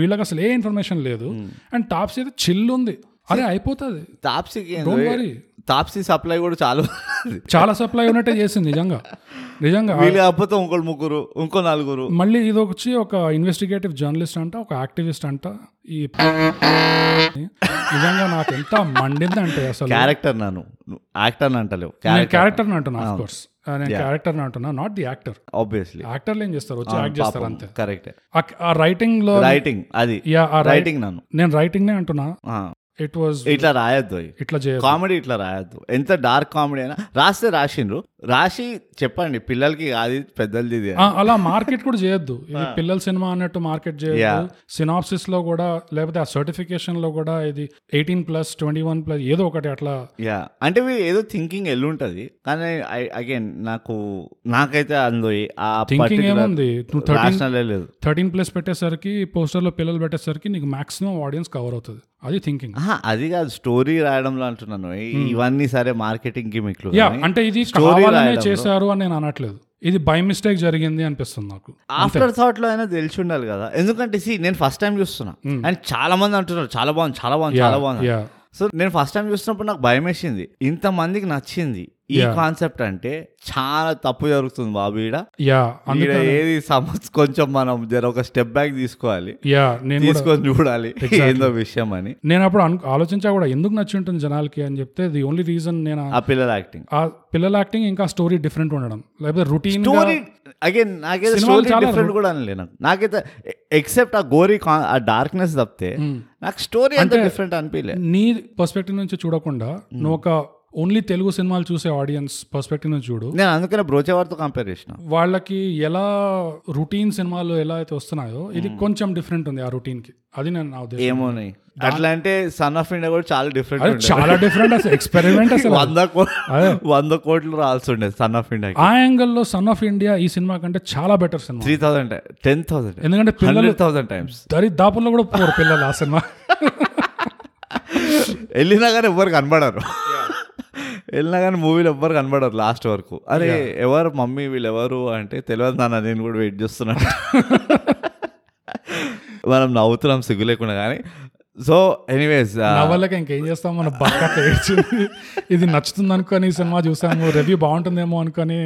వీళ్ళకి అసలు ఏ ఇన్ఫర్మేషన్ లేదు అండ్ టాప్స్ అయితే చిల్ ఉంది అరే అయిపోతుంది
తాప్సీకి ఏందో,
డోంట్ వరీ
తాప్సీ సప్లై కూడా చాలా ఉంది.
చాలా సప్లై ఉన్నట్టే చేసింది నిజంగా నిజంగా
వీళ్ళు కాకపోతే ఇంకో ముగ్గురు ఇంకో నలుగురు
మళ్ళీ ఇది వచ్చి ఒక ఇన్వెస్టిగేటివ్ జర్నలిస్ట్ అంట ఒక యాక్టివిస్ట్ అంట ఈ నిజంగా నాకు ఎంత మండిందంటే అసలు
క్యారెక్టర్ నాను యాక్టర్ అంటలేవు
నేను
క్యారెక్టర్
క్యారెక్టర్ అంటున్నా ఆఫ్ కోర్స్ నేను క్యారెక్టర్ అంటున్నా నాట్ ది యాక్టర్
ఆబ్వియస్లీ
యాక్టర్లు ఏం చేస్తారు వచ్చి యాక్ట్ చేస్తారు అంతే Um,
కరెక్ట్
ఆ- ఆ రైటింగ్ లో
రైటింగ్ అది
యా ఆ రైటింగ్
రైటింగ్ నాను
నేను రైటింగ్ నే అంటున్నా
ఆ.
ఇట్ వాజ్
ఇట్లా రాయొద్దు అవి.
ఇట్లా చేయ
కామెడీ ఇట్లా రాయద్దు ఎంత డార్క్ కామెడీ అయినా రాస్తే రాసిండ్రు రాసి చెప్పండి పిల్లలకి కాదు ఇది, పెద్దలది ఇది అని.
ఆ, అలా మార్కెట్ కూడా చేయొద్దు ఇది పిల్లల సినిమా అన్నట్టు మార్కెట్ చేయొద్దు సినాప్సిస్ లో కూడా లేకపోతే ఆ సర్టిఫికేషన్ లో కూడా ఇది eighteen plus twenty one plus ఏదో ఒకటి అట్లా
యా అంటే వీ- ఏదో థింకింగ్ ఎల్లుంటది కానీ అగైన్ నాకు నాకైతే అందు ఆ
థింకింగ్ ఏముంది నువ్వు థర్టీన్
రాసినలే లేదు
థర్టీన్ ప్లస్ పెట్టేసరికి poster లో పిల్లలు పెట్టేసరికి నీకు మాక్సిమం ఆడియన్స్ కవర్ అవుతుంది అది థింకింగ్
ఆహా, అది కాదు స్టోరీ రాయడంలో అంటున్నాను ఇ-
Hmm.
ఇవన్నీ సరే మార్కెటింగ్ గిమిక్లు
యా అంటే ఇది కావాలనే చేశారు అని నేను అనట్లేదు ఇది బై మిస్టేక్ జరిగింది అనిపిస్తుంది నాకు
ఆఫ్టర్ థాట్ లో అయినా తెలిసి ఉండాలి కదా ఎందుకంటే సి నేను ఫస్ట్ టైం చూస్తున్నా
Hmm.
అండ్ చాలా మంది అంటున్నారు చాలా బాగుంది చాలా బాగుంది చాలా బాగుంది
యా
సో నేను ఫస్ట్ టైం చూసినప్పుడు నాకు భయం వేసింది ఇంతమందికి నచ్చింది ఈ కాన్సెప్ట్ అంటే చాలా తప్పు జరుగుతుంది బాబు ఈడ
యా
ఈడ
అందుకే
ఏది సమస్య కొంచెం మనం జర ఒక స్టెప్ బ్యాక్ తీసుకోవాలి
యా నేను కూడా
తీసుకొని చూడాలి ఏందో విషయం అని
నేను అప్పుడు అను- ఆలోచించా కూడా ఎందుకు నచ్చి ఉంటుంది జనాలకి అని చెప్తే ది ఓన్లీ రీజన్ నేను ఆ-
ఆ పిల్లల యాక్టింగ్
ఆ పిల్లల యాక్టింగ్ ఇంకా స్టోరీ డిఫరెంట్ ఉండడం లేకపోతే రొటీన్
స్టోరీ అగైన్ నాకైతే
సినిమాలు
స్టోరీ
చాలా
డిఫరెంట్ కూడా అనలే నాకు నాకైతే ఎక్సెప్ట్ ఆ గోరీ కా- ఆ డార్క్నెస్
Hmm.
తప్పితే నాకు స్టోరీ అంత డిఫరెంట్ అనిపించలే
నీ పర్స్పెక్టివ్ నుంచి చూడకుండా నువ్వు ఒక ఓన్లీ తెలుగు సినిమాలు చూసే ఆడియన్స్ పర్స్పెక్టివ్ నుంచి చూడు
నేను అందుకనే బ్రోచేవారితో కంపేర్ చేసిన
వాళ్ళకి ఎలా రొటీన్ సినిమాలు ఎలా అయితే వస్తున్నాయో ఇది కొంచెం డిఫరెంట్ ఉంది ఆ రొటీన్ కి అది నేను నా ఉద్దేశం
ఏమోని అట్లా అంటే సన్ ఆఫ్ ఇండియా కూడా చాలా డిఫరెంట్
అది
ఉండే
చాలా డిఫరెంట్ అసలు ఎక్స్పెరిమెంట్ అసలు
వంద కో- వంద కోట్లు రాల్సి ఉండే సన్ ఆఫ్ ఇండియాకి
ఆ angle లో సన్ ఆఫ్ ఇండియా ఈ సినిమా కంటే చాలా బెటర్ సినిమా
త్రీ థౌసండ్ టెన్ థౌసండ్
ఎందుకంటే పిల్లలు
హండ్రెడ్ థౌసండ్ టైమ్స్
దరిదాపుల్లో కూడా పోరు పిల్లలు ఆ సినిమా
వెళ్ళినా కానీ ఎవ్వరు కనబడరు వెళ్ళినా కానీ మూవీలో ఎవ్వరు కనబడరు లాస్ట్ వరకు అరే ఎవరు మమ్మీ వీళ్ళు ఎవరు అంటే తెలియదు నాన్న నేను కూడా వెయిట్ చేస్తున్నాను మనం నవ్వుతున్నాం సిగ్గు లేకుండా కానీ సో ఎనీవేస్
నవలకి ఇంకేం చేస్తాం మన బాగా ఏడ్చింది ఇది నచ్చుతుంది అనుకొని ఈ సినిమా చూసాము రివ్యూ బాగుంటుందేమో అనుకొని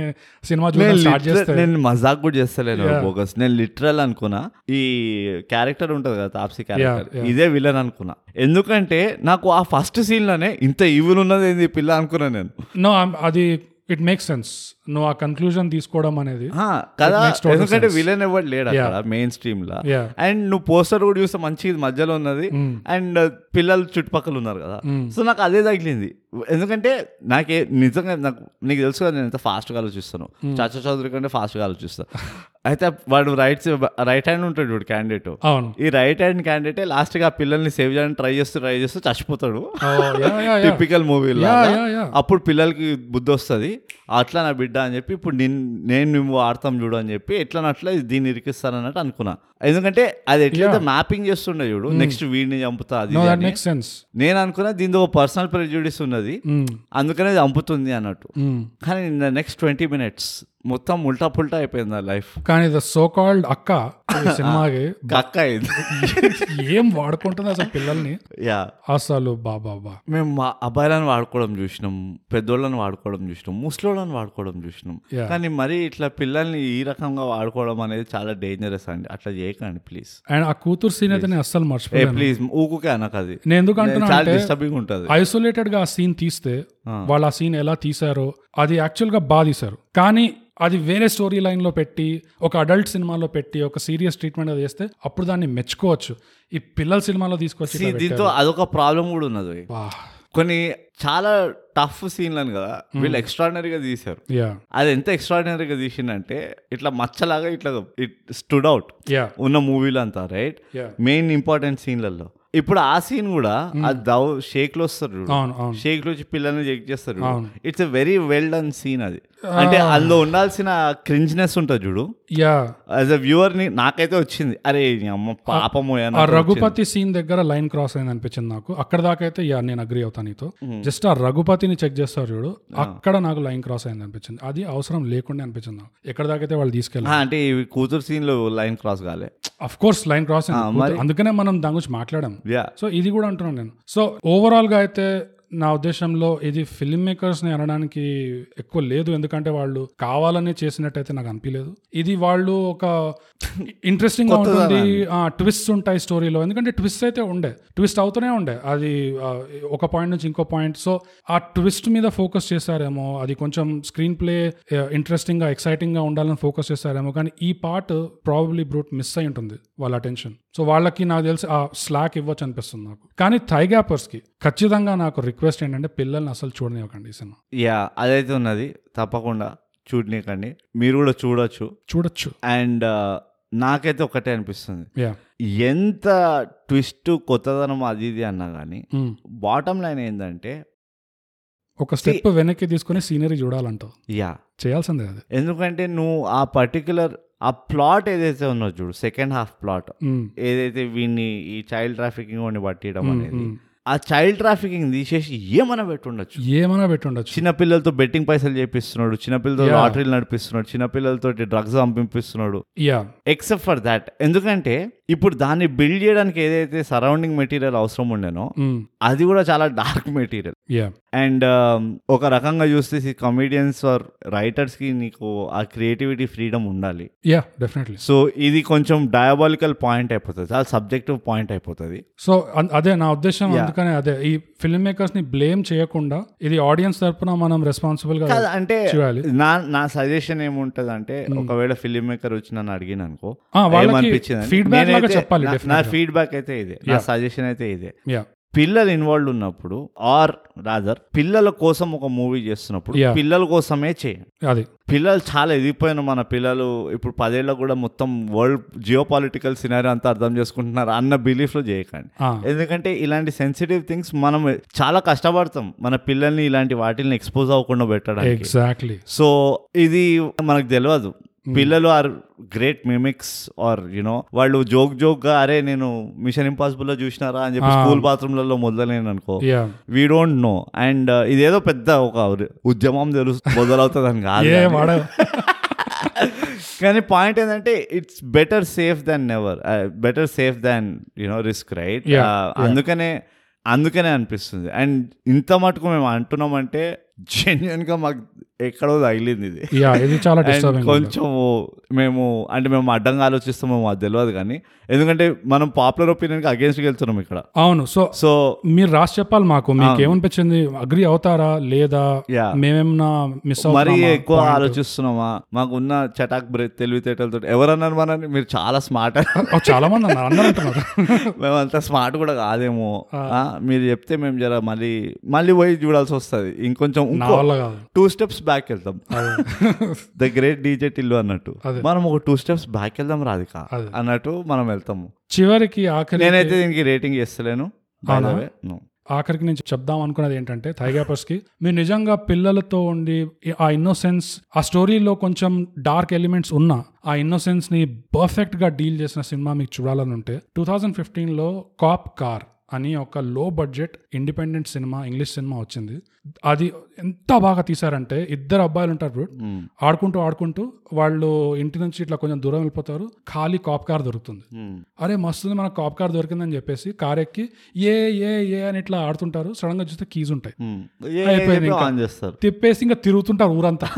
సినిమా చూడడం స్టార్ట్ చేస్తే
నేను మజాక్ కూడా చేస్తలేను బోగస్ నేను లిటరల్ అనుకున్నా ఈ క్యారెక్టర్ ఉంటుంది కదా తాప్సీ క్యారెక్టర్ ఇదే విలన్ అనుకున్నా ఎందుకంటే నాకు ఆ ఫస్ట్ సీన్ లోనే ఇంత ఈవిల్ ఉన్నది ఏంది ఈ పిల్ల అనుకున్నా నేను
నో అది ఇట్ మేక్ సెన్స్ నువ్వు ఆ కన్క్లూజన్ తీసుకోవడం అనేది
ఆ, కదా ఎందుకంటే విలన్ ఎవరు లేడు అక్కడ మెయిన్ స్ట్రీమ్ లా
Yeah.
అండ్ నువ్వు పోస్టర్ కూడా చూస్తే మంచి మధ్యలో ఉన్నది అండ్ పిల్లలు చుట్టుపక్కల ఉన్నారు కదా సో నాకు అదే తగిలింది ఎందుకంటే నాకే నిజంగా నాకు నీకు తెలుసు కదా నేను ఎంత fast గా ఆలోచిస్తాను చచ్చ చౌదరి కంటే fast గా ఆలోచిస్తాను అయితే వాడు రైట్ రైట్ హ్యాండ్ ఉంటాడు చూడు క్యాండిడేట్
అవును
ఈ రైట్ హ్యాండ్ క్యాండిడేట్ లాస్ట్ గా ఆ పిల్లల్ని సేవ్ చేయడానికి ట్రై చేస్తూ ట్రై చేస్తూ చచ్చిపోతాడు
Oh, yeah, yeah, yeah.
Typical movie
Yeah, yeah, yeah.
అప్పుడు పిల్లలకి బుద్ధి వస్తుంది అట్లా నా బిడ్డ అని చెప్పి ఇప్పుడు నేను నేను నువ్వు ఆడతాం చూడు అని చెప్పి ఎట్లా అట్లా దీన్ని ఇరికిస్తాను అన్నట్టు అనుకున్నా ఎందుకంటే అది ఎట్లయితే మ్యాపింగ్ చేస్తుండే చూడు
Hmm.
నెక్స్ట్ వీడిని చంపుతా అది
నో
ఇది
దట్
అని.
మేక్ సెన్స్
నేను అనుకున్నా దీంతో పర్సనల్ ప్రెజ్యూడిస్ ఉన్నది
Mm,
అందుకనే ఇది చంపుతుంది అన్నట్టు కానీ నెక్స్ట్ ట్వంటీ మినిట్స్ మొత్తం ఉల్టా పుల్టా అయిపోయింది నా లైఫ్
కానీ ద సో కాల్డ్ అక్క *laughs* ఈ సినిమాకి
అక్క అయింది *laughs*
ఏం వాడుకుంటుంది అసలు పిల్లల్ని
యా
అసలు బాబా బా
మేము మా అబ్బాయిలను వాడుకోవడం చూసినాం పెద్దోళ్ళని వాడుకోవడం చూసినాం ముసలోళ్ళని వాడుకోవడం చూసినాం
Yeah.
కానీ మరి ఇట్లా పిల్లల్ని ఈ రకంగా వాడుకోవడం అనేది చాలా డేంజరస్ అండి అట్లా చేయకండి ప్లీజ్
అండ్ ఆ కూతురు సీన్ అయితే నేను అస్సలు
ఏ
మర్చిపోయాను
ప్లీజ్ ఊకుకే అనకు అది
నేను ఎందుకు అంటున్నా
చాలా
అంటే
డిస్టర్బింగ్ ఉంటుంది
ఐసోలేటెడ్ గా ఆ సీన్ తీస్తే వాళ్ళు ఆ సీన్ ఎలా తీశారో అది యాక్చువల్ గా బాగా తీశారు కానీ అది వేరే స్టోరీ లైన్ లో పెట్టి ఒక అడల్ట్ సినిమాలో పెట్టి ఒక సీరియస్ ట్రీట్మెంట్ అది చేస్తే అప్పుడు దాన్ని మెచ్చుకోవచ్చు ఈ పిల్లల సినిమాలో తీసుకొచ్చి
See, దీంతో అదొక ప్రాబ్లం కూడా ఉన్నది కొన్ని చాలా టఫ్ సీన్లను కదా వీళ్ళు
Hmm.
ఎక్స్ట్రాడినరీగా తీశారు
యా
అది ఎంత ఎక్స్ట్రాడినరీగా తీసిందంటే ఇట్లా మచ్చలాగా ఇట్లా ఇట్ స్టుడ్ అవుట్
యా
ఉన్న మూవీలు అంతా రైట్
Yeah.
మెయిన్ ఇంపార్టెంట్ సీన్లలో ఇప్పుడు ఆ సీన్ కూడా ఆ దౌ షేక్ లో వస్తారు చూడు.
అవును అవును
షేక్ లో వచ్చి పిల్లల్ని చెక్ చేస్తారు చూడు.
అవును.
It's a very well done scene అది అంటే అందులో ఉండాల్సిన క్రింజ్నెస్ ఉంటుంది చూడు
యా
యాజ్ అ వ్యూవర్ ని నాకైతే వచ్చింది అరే ఈ అమ్మ పాపము
ఆ
అన్నట్టు
రఘుపతి సీన్ దగ్గర లైన్ క్రాస్ అయింది అనిపించింది నాకు అక్కడ దాకా అయితే యా నేను అగ్రి అవుతాను నీతో జస్ట్ ఆ రఘుపతిని చెక్ చేస్తారు చూడు అక్కడ నాకు లైన్ క్రాస్ అయింది అనిపించింది అది అవసరం లేకుండా అనిపించింది నాకు. ఎక్కడ దాకా అయితే వాళ్ళు తీసుకెళ్ళారు
ఆ, అంటే ఈ కూతురు సీన్ లో లైన్ క్రాస్ కాలే
అఫ్ కోర్స్ లైన్ క్రాస్ అయింది అందుకనే మనం దాని గురించి మాట్లాడాం
యా
సో ఇది కూడా అంటున్నాను నేను సో ఓవరాల్ గా అయితే నా ఉద్దేశంలో ఇది ఫిల్మ్ మేకర్స్ ని అనడానికి ఎక్కువ లేదు ఎందుకంటే వాళ్ళు కావాలనే చేసినట్టయితే నాకు అనిపించలేదు ఇది వాళ్ళు ఒక ఇంట్రెస్టింగ్ గా ఉంటుంది ట్విస్ట్ ఉంటాయి స్టోరీలో ఎందుకంటే ట్విస్ట్ అయితే ఉండే ట్విస్ట్ అవుతూనే ఉండే అది ఆ, ఒక పాయింట్ నుంచి ఇంకో పాయింట్ సో ఆ ట్విస్ట్ మీద ఫోకస్ చేశారేమో అది కొంచెం స్క్రీన్ ప్లే ఇంట్రెస్టింగ్ గా ఎక్సైటింగ్ గా ఉండాలని ఫోకస్ చేశారేమో కానీ ఈ పార్ట్ ప్రాబబ్లీ బ్రూట్ మిస్ అయి ఉంటుంది వాళ్ళ అటెన్షన్ సో వాళ్ళకి నాకు తెలిసి ఆ స్లాక్ ఇవ్వచ్చు అనిపిస్తుంది నాకు కానీ థై గ్యాపర్స్ కి ఖచ్చితంగా నాకు రిక్వెస్ట్ ఏంటంటే పిల్లల్ని అసలు చూడనివ్వకండి ఈ సినిమా
యా అదైతే ఉన్నది తప్పకుండా చూడనీకండి మీరు కూడా చూడొచ్చు
చూడొచ్చు
అండ్ నాకైతే ఒకటే అనిపిస్తుంది
యా
ఎంత ట్విస్ట్ కొత్తదనం అది ఇది అన్నా కానీ బాటమ్ లైన్ ఏంటంటే
ఒక స్టెప్ వెనక్కి తీసుకుని సీనరీ చూడాలంటావు
యా
చేయాల్సిందే అది
ఎందుకంటే నువ్వు ఆ పర్టికులర్ ఆ ప్లాట్ ఏదైతే ఉన్నదో చూడు సెకండ్ హాఫ్ ప్లాట్
మ్మ్.
ఏదైతే వీడిని ఈ చైల్డ్ ట్రాఫికింగ్ వాడిని పట్టియడం
Hmm,
అనేది
మ్మ్.
ఆ చైల్డ్ ట్రాఫికింగ్ తీసేసి ఏమైనా పెట్టుండొచ్చు
ఏమైనా పెట్టుండొచ్చు
చిన్నపిల్లలతో బెట్టింగ్ పైసలు చేపిస్తున్నాడు చిన్నపిల్లలతో
Yeah.
లాటరీలు నడిపిస్తున్నాడు చిన్నపిల్లలతో డ్రగ్స్ పంపింపిస్తున్నాడు
యా
ఎక్సెప్ట్ ఫర్ దాట్ ఎందుకంటే ఇప్పుడు దాన్ని బిల్డ్ చేయడానికి ఏదైతే సరౌండింగ్ మెటీరియల్ అవసరం ఉండేనో
మ్మ్.
అది కూడా చాలా dark material
yeah
and um, ఒక రకంగా చూస్తే కమెడియన్స్ ఆర్ రైటర్స్కి నీకు ఆ క్రియేటివిటీ ఫ్రీడమ్ ఉండాలి
యా డెఫినెట్లీ
సో ఇది కొంచెం డయాబాలికల్ పాయింట్ అయిపోతుంది చాలా సబ్జెక్టివ్ పాయింట్ అయిపోతుంది
సో అన్- అదే నా ఉద్దేశం అందుకనే అదే ఈ ఫిల్మ్ మేకర్స్ ని బ్లేమ్ చేయకుండా ఇది ఆడియన్స్ తరపున మనం రెస్పాన్సిబుల్ గా
కాదు, అంటే
చేయాలి
నా నా సజెషన్ ఏముంటది అంటే ఒకవేళ ఫిలిం మేకర్ వచ్చి నన్ను అడిగిన అనుకో
ఆ, వాళ్ళకి
ఏమనిపించింది అంటే,
feedback లాగా
నేనైతే-
చెప్పాలి,
నా- నా
definitely.
ఫీడ్బ్యాక్ అయితే ఇదే నా సజెషన్ అయితే ఇదే
యా
పిల్లలు ఇన్వాల్వ్ ఉన్నప్పుడు ఆర్ రాదర్ పిల్లల కోసం ఒక మూవీ చేస్తున్నప్పుడు
Yeah.
పిల్లల కోసమే చేయండి
అది
పిల్లలు చాలా ఎదిగిపోయిన మన పిల్లలు ఇప్పుడు పదేళ్ళ కూడా మొత్తం వరల్డ్ జియో పొలిటికల్ సినారీ అంతా అర్థం చేసుకుంటున్నారు అన్న బిలీఫ్లో చేయకండి
ఆ,
ఎందుకంటే ఇలాంటి సెన్సిటివ్ థింగ్స్ మనం చాలా కష్టపడతాం మన పిల్లల్ని ఇలాంటి వాటిని ఎక్స్పోజ్ అవ్వకుండా పెట్టడానికి
ఎగ్జాక్ట్లీ
సో ఇది మనకు తెలియదు పిల్లలు are great mimics are you know వాళ్ళు జోక్ జోక్ గా అరే నేను మిషన్ ఇంపాసిబుల్ లో చూసినారా అని చెప్పి
Ah.
స్కూల్ బాత్రూమ్లలో మొదలైన అనుకో
yeah
we don't know and uh, ఇదేదో పెద్ద ఒక ఉద్యమం తెలుసు మొదలవుతుంది అని కాదు
ఏ
కానీ.
వాడ
కానీ పాయింట్ ఏంటంటే it's better safe than never better safe than you know risk right
Yeah,
Uh, అందుకనే అందుకనే అనిపిస్తుంది అండ్ ఇంత మటుకు మేము అంటున్నామంటే జెన్యున్ గా మాకు ఎక్కడో తగిలింది ఇది
యా ఇది చాలా
And
డిస్టర్బింగ్
కొంచెం మేము అంటే మేము అడ్డంగా ఆలోచిస్తామో అది తెలియదు కానీ ఎందుకంటే మనం పాపులర్ ఒపీనియన్ కి అగేన్స్ట్ వెళ్తున్నాం ఇక్కడ
అవును సో
సో
మీరు రాసి చెప్పాలి మాకు మీకు ఏమనిపించింది అగ్రి అవుతారా లేదా
Yeah.
Mm, మేమేమన్నా మిస్
మరీ ఎక్కువ
అవుతామా
ఆలోచిస్తున్నామా మాకు ఉన్న చటాక్ బ్రే తెలివితేటలతో ఎవరన్నారు మనని మీరు చాలా స్మార్ట్
చాలా మంది అన్నారు అందరూ అంటున్నారు
మేమంతా స్మార్ట్ కూడా కాదేమో ఆ, మీరు చెప్తే మేము జర మళ్ళీ మళ్ళీ పోయి చూడాల్సి వస్తుంది ఇంకొంచెం
నా
ఇంకో
వల్ల కాదు
టూ స్టెప్స్ బ్యాక్ వెళ్తాం ద గ్రేట్ డీజే టిల్లు అన్నట్టు
అదే.
మనం ఒక టూ స్టెప్స్ బ్యాక్ వెళ్దాం రాధిక
అదే.
అన్నట్టు మనం వెళ్తాము
చివరికి ఆఖరి
నేనైతే దీనికి రేటింగ్ ఇస్తలేను By the way, no.
ఆఖరికి నేను చెప్దాం అనుకున్నది ఏంటంటే థైగాపర్స్ కి మీరు నిజంగా పిల్లలతో ఉండి ఆ ఇన్నోసెన్స్ ఆ స్టోరీలో కొంచెం డార్క్ ఎలిమెంట్స్ ఉన్నా ఆ ఇన్నోసెన్స్ ని పర్ఫెక్ట్ గా డీల్ చేసిన సినిమా మీకు చూడాలని ఉంటే టూ థౌజండ్ ఫిఫ్టీన్ లో కాప్ కార్ అని ఒక low budget independent cinema English cinema వచ్చింది అది ఎంత బాగా తీశారంటే ఇద్దరు అబ్బాయిలు ఉంటారు బ్రూట్.
మ్మ్.
ఆడుకుంటూ ఆడుకుంటూ వాళ్ళు ఇంటి నుంచి ఇట్లా కొంచెం దూరం వెళ్ళిపోతారు ఖాళీ కాప్ కార్ దొరుకుతుంది
మ్మ్.
అరే మస్తుంది మనకు కాప్ కార్ దొరికిందని చెప్పేసి కార్ ఎక్కి ఏ ఏ ఏ అని ఇట్లా ఆడుతుంటారు సడన్ గా చూస్తే కీజ్ ఉంటాయి
మ్మ్. Hmm. ఏ-
అయిపోయింది
ఏదో
ఇంకా.
ఆన్ చేస్తారు
తిప్పేసి ఇంకా తిరుగుతుంటారు ఊరంతా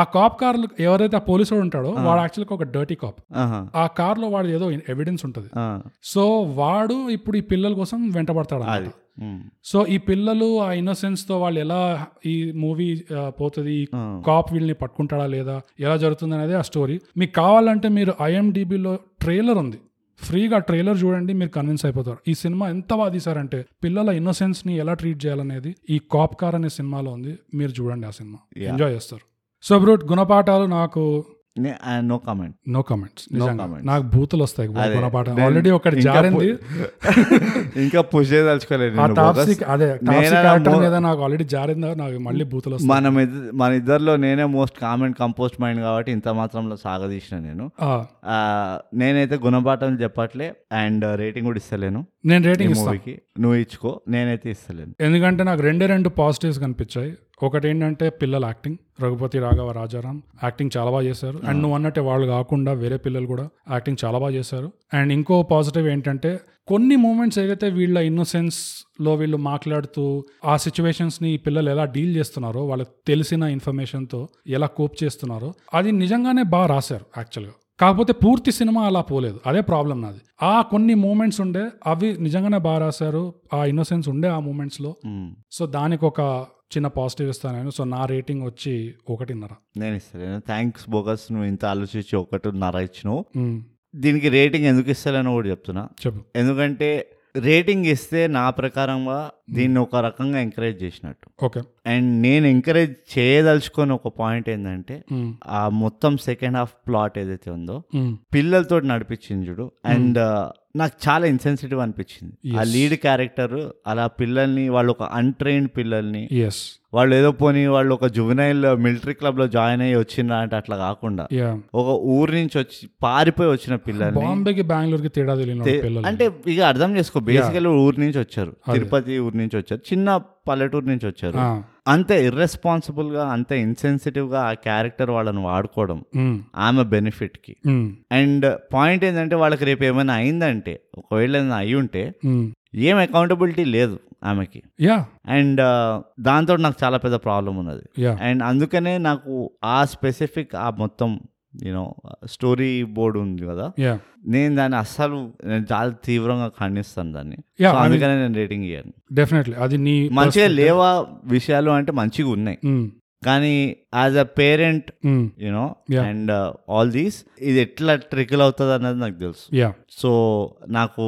ఆ కాప్ కార్ ఎవరైతే ఆ పోలీసు వాడు ఉంటాడో వాడు యాక్చువల్గా ఒక డర్టీ కాప్
ఆహా.
ఆ కార్ లో వాడు ఏదో ఎవిడెన్స్ ఉంటుంది
ఆ.
సో వాడు ఇప్పుడు ఈ పిల్లల కోసం వెంటబడతాడు అన్నమాట.
అది మ్మ్.
సో ఈ పిల్లలు ఆ ఇన్నోసెన్స్ తో వాళ్ళు ఎలా ఈ మూవీ పోతుంది
ఆ.
కాప్ వీళ్ళని పట్టుకుంటాడా లేదా ఎలా జరుగుతుంది అనేది ఆ స్టోరీ మీకు కావాలంటే మీరు ఐఎండిబిలో ట్రైలర్ ఉంది ఫ్రీగా ట్రైలర్ చూడండి మీరు కన్విన్స్ అయిపోతారు ఈ సినిమా ఎంత బాగా తీశారంటే పిల్లల ఇన్నోసెన్స్ ని ఎలా ట్రీట్ చేయాలనేది ఈ కాప్ కార్ అనే సినిమాలో ఉంది మీరు చూడండి ఆ సినిమా
Yeah.
ఎంజాయ్ చేస్తారు సో బ్రూట్ గుణపాఠాలు నాకు
నే- ఆ, నో కామెంట్
నో కమెంట్స్ నిజంగా
comments.
నాకు బూతులు వస్తాయి
అదే.
గుణపాఠం
నేను
ఆల్రెడీ ఒకటి
ఇంకా
జారింది
*laughs* ఇంకా పుష్ చేయదలుచుకోలేదు
ఆ
నిన్ను bogus.
టాప్సిక్ అదే టాప్సిక్
నేనే
క్యారెక్టర్
నమ్మో-
మీద నాకు ఆల్రెడీ జారిందా నాకు మళ్ళీ బూతులు వస్తాయి
మనం ఇద్ద- మన ఇద్దరిలో నేనే మోస్ట్ కామెంట్ కంపోస్ట్ మైండ్ కాబట్టి ఇంత మాత్రంలో సాగదీసిన నేను
ఆ,
ఆ, నేనైతే గుణపాఠం చెప్పట్లే అండ్ రేటింగ్ కూడా ఇస్తలేను
నేను
ఈ
రేటింగ్ ఇస్తాను
మూవీకి నువ్వు ఇచ్చుకో నేనైతే ఇస్తలేను
ఎందుకంటే నాకు రెండే రెండు పాజిటివ్స్ కనిపించాయి ఒకటి ఏంటంటే పిల్లల యాక్టింగ్ రఘుపతి రాఘవ రాజారాం యాక్టింగ్ చాలా బాగా చేశారు అండ్ నువ్వు అన్నట్టే వాళ్ళు కాకుండా వేరే పిల్లలు కూడా యాక్టింగ్ చాలా బాగా చేశారు అండ్ ఇంకో పాజిటివ్ ఏంటంటే కొన్ని మూమెంట్స్ ఏదైతే వీళ్ళ ఇన్నోసెన్స్ లో వీళ్ళు మాట్లాడుతూ ఆ సిచ్యువేషన్స్ ని ఈ పిల్లలు ఎలా డీల్ చేస్తున్నారో వాళ్ళకి తెలిసిన ఇన్ఫర్మేషన్ తో ఎలా కోప్ చేస్తున్నారో అది నిజంగానే బాగా రాశారు యాక్చువల్గా కాకపోతే పూర్తి సినిమా అలా పోలేదు అదే ప్రాబ్లం నాది ఆ కొన్ని మూమెంట్స్ ఉండే అవి నిజంగానే బాగా రాశారు ఆ ఇన్నోసెన్స్ ఉండే ఆ మూమెంట్స్లో
మ్మ్.
సో దానికి ఒక చిన్న పాజిటివ్ ఇస్తాను నేను సో నా రేటింగ్ వచ్చి ఒకటిన్నర
నేను ఇస్తలేను థ్యాంక్స్ బోగస్ నువ్వు ఇంత ఆలోచించి ఒకటిన్నర ఇచ్చినావు
మ్మ్.
దీనికి రేటింగ్ ఎందుకు ఇస్తలేను కూడా చెప్తున్నా
చెప్పు
ఎందుకంటే రేటింగ్ ఇస్తే నా ప్రకారంగా దీన్ని ఒక రకంగా ఎంకరేజ్ చేసినట్టు
ఓకే
అండ్ నేను ఎంకరేజ్ చేయదలుచుకొని ఒక పాయింట్ ఏంటంటే
మ్మ్.
ఆ మొత్తం సెకండ్ హాఫ్ ప్లాట్ ఏదైతే ఉందో
మ్మ్.
పిల్లలతో నడిపించింది చూడు అండ్ నాకు చాలా ఇన్సెన్సిటివ్ అనిపించింది ఆ లీడ్ క్యారెక్టర్ అలా పిల్లల్ని వాళ్ళు ఒక అన్ట్రైన్డ్ పిల్లల్ని
ఎస్
వాళ్ళు ఏదో పోనీ వాళ్ళు ఒక జువెనైల్ మిలిటరీ క్లబ్ లో జాయిన్ అయ్యి వచ్చిండ్రా అంటే అట్లా కాకుండా
యా
ఒక ఊరు నుంచి వచ్చి పారిపోయి వచ్చిన పిల్లల్ని
బాంబేకి బెంగళూరుకి తేడా తెలియని
తే-
పిల్లలు
అంటే ఇక అర్థం చేసుకో బేసికల్ ఊరు నుంచి వచ్చారు తిరుపతి ఊరు నుంచి వచ్చారు చిన్న పల్లెటూరు నుంచి వచ్చారు
ఆ.
అంత irresponsible గా అంత ఇన్సెన్సిటివ్ గా ఆ క్యారెక్టర్ వాళ్ళని వాడుకోవడం
మ్మ్.
ఆమె బెనిఫిట్ కి
మ్మ్.
అండ్ పాయింట్ ఏంటంటే వాళ్ళకి రేపు ఏమైనా అయిందంటే ఒకవేళ ఏదైనా అయి ఉంటే
మ్మ్.
ఏం అకౌంటబిలిటీ లేదు ఆమెకి
యా
అండ్ దాంతో నాకు చాలా పెద్ద ప్రాబ్లం ఉన్నది
యా
అండ్ అందుకనే నాకు ఆ స్పెసిఫిక్ ఆ మొత్తం యూనో స్టోరీ బోర్డు ఉంది కదా
యా
నేను దాన్ని అస్సలు నేను చాలా తీవ్రంగా ఖండిస్తాను దాన్ని
యా
So, అందుకనే నేను రేటింగ్ ఇయ్యాను
డెఫినెట్లీ అది నీ
మంచిగా లేవా విషయాలు అంటే మంచిగా ఉన్నాయి
మ్మ్.
కానీ యాజ్ అ పేరెంట్
మ్మ్.
You know
Yeah.
And all these ఇది ఎట్లా ట్రికల్ అవుతుంది అన్నది నాకు తెలుసు
యా
సో నాకు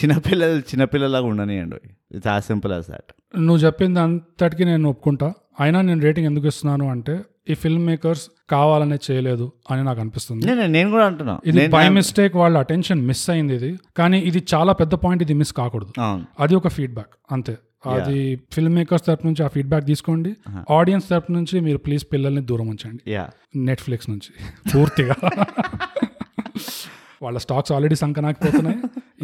చిన్నపిల్లలు చిన్నపిల్లలాగా ఉండనియండి it's as simple as that
నువ్వు చెప్పింది అంతటికి నేను ఒప్పుకుంటా అయినా నేను రేటింగ్ ఎందుకు ఇస్తున్నాను అంటే ఈ ఫిల్మ్ మేకర్స్ కావాలనే చేయలేదు అని నాకు అనిపిస్తుంది
నేను నేను కూడా అంటున్నా
Hmm. ఇది
నేను-
బై మిస్టేక్ వాళ్ళ అటెన్షన్ మిస్ అయింది ఇది కానీ ఇది చాలా పెద్ద పాయింట్ ఇది మిస్ కాకూడదు
అవును
అది ఒక ఫీడ్బ్యాక్ అంతే అది ఫిల్మ్ మేకర్స్ తరపు నుంచి ఆ ఫీడ్బ్యాక్ తీసుకోండి ఆడియన్స్ తరపు నుంచి మీరు ప్లీజ్ పిల్లల్ని దూరం ఉంచండి
యా
నెట్ఫ్లిక్స్ నుంచి పూర్తిగా వాళ్ళ స్టాక్స్ ఆల్రెడీ సంకనాకపోతున్నాయి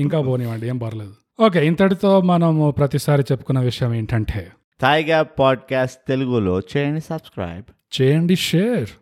ఇంకా పోనివ్వండి ఏం పర్లేదు ఓకే ఇంతటితో మనము ప్రతిసారి చెప్పుకున్న విషయం ఏంటంటే
థాయ్ గ్యాప్ పాడ్కాస్ట్ తెలుగులో చేయండి సబ్స్క్రైబ్
చేయండి షేర్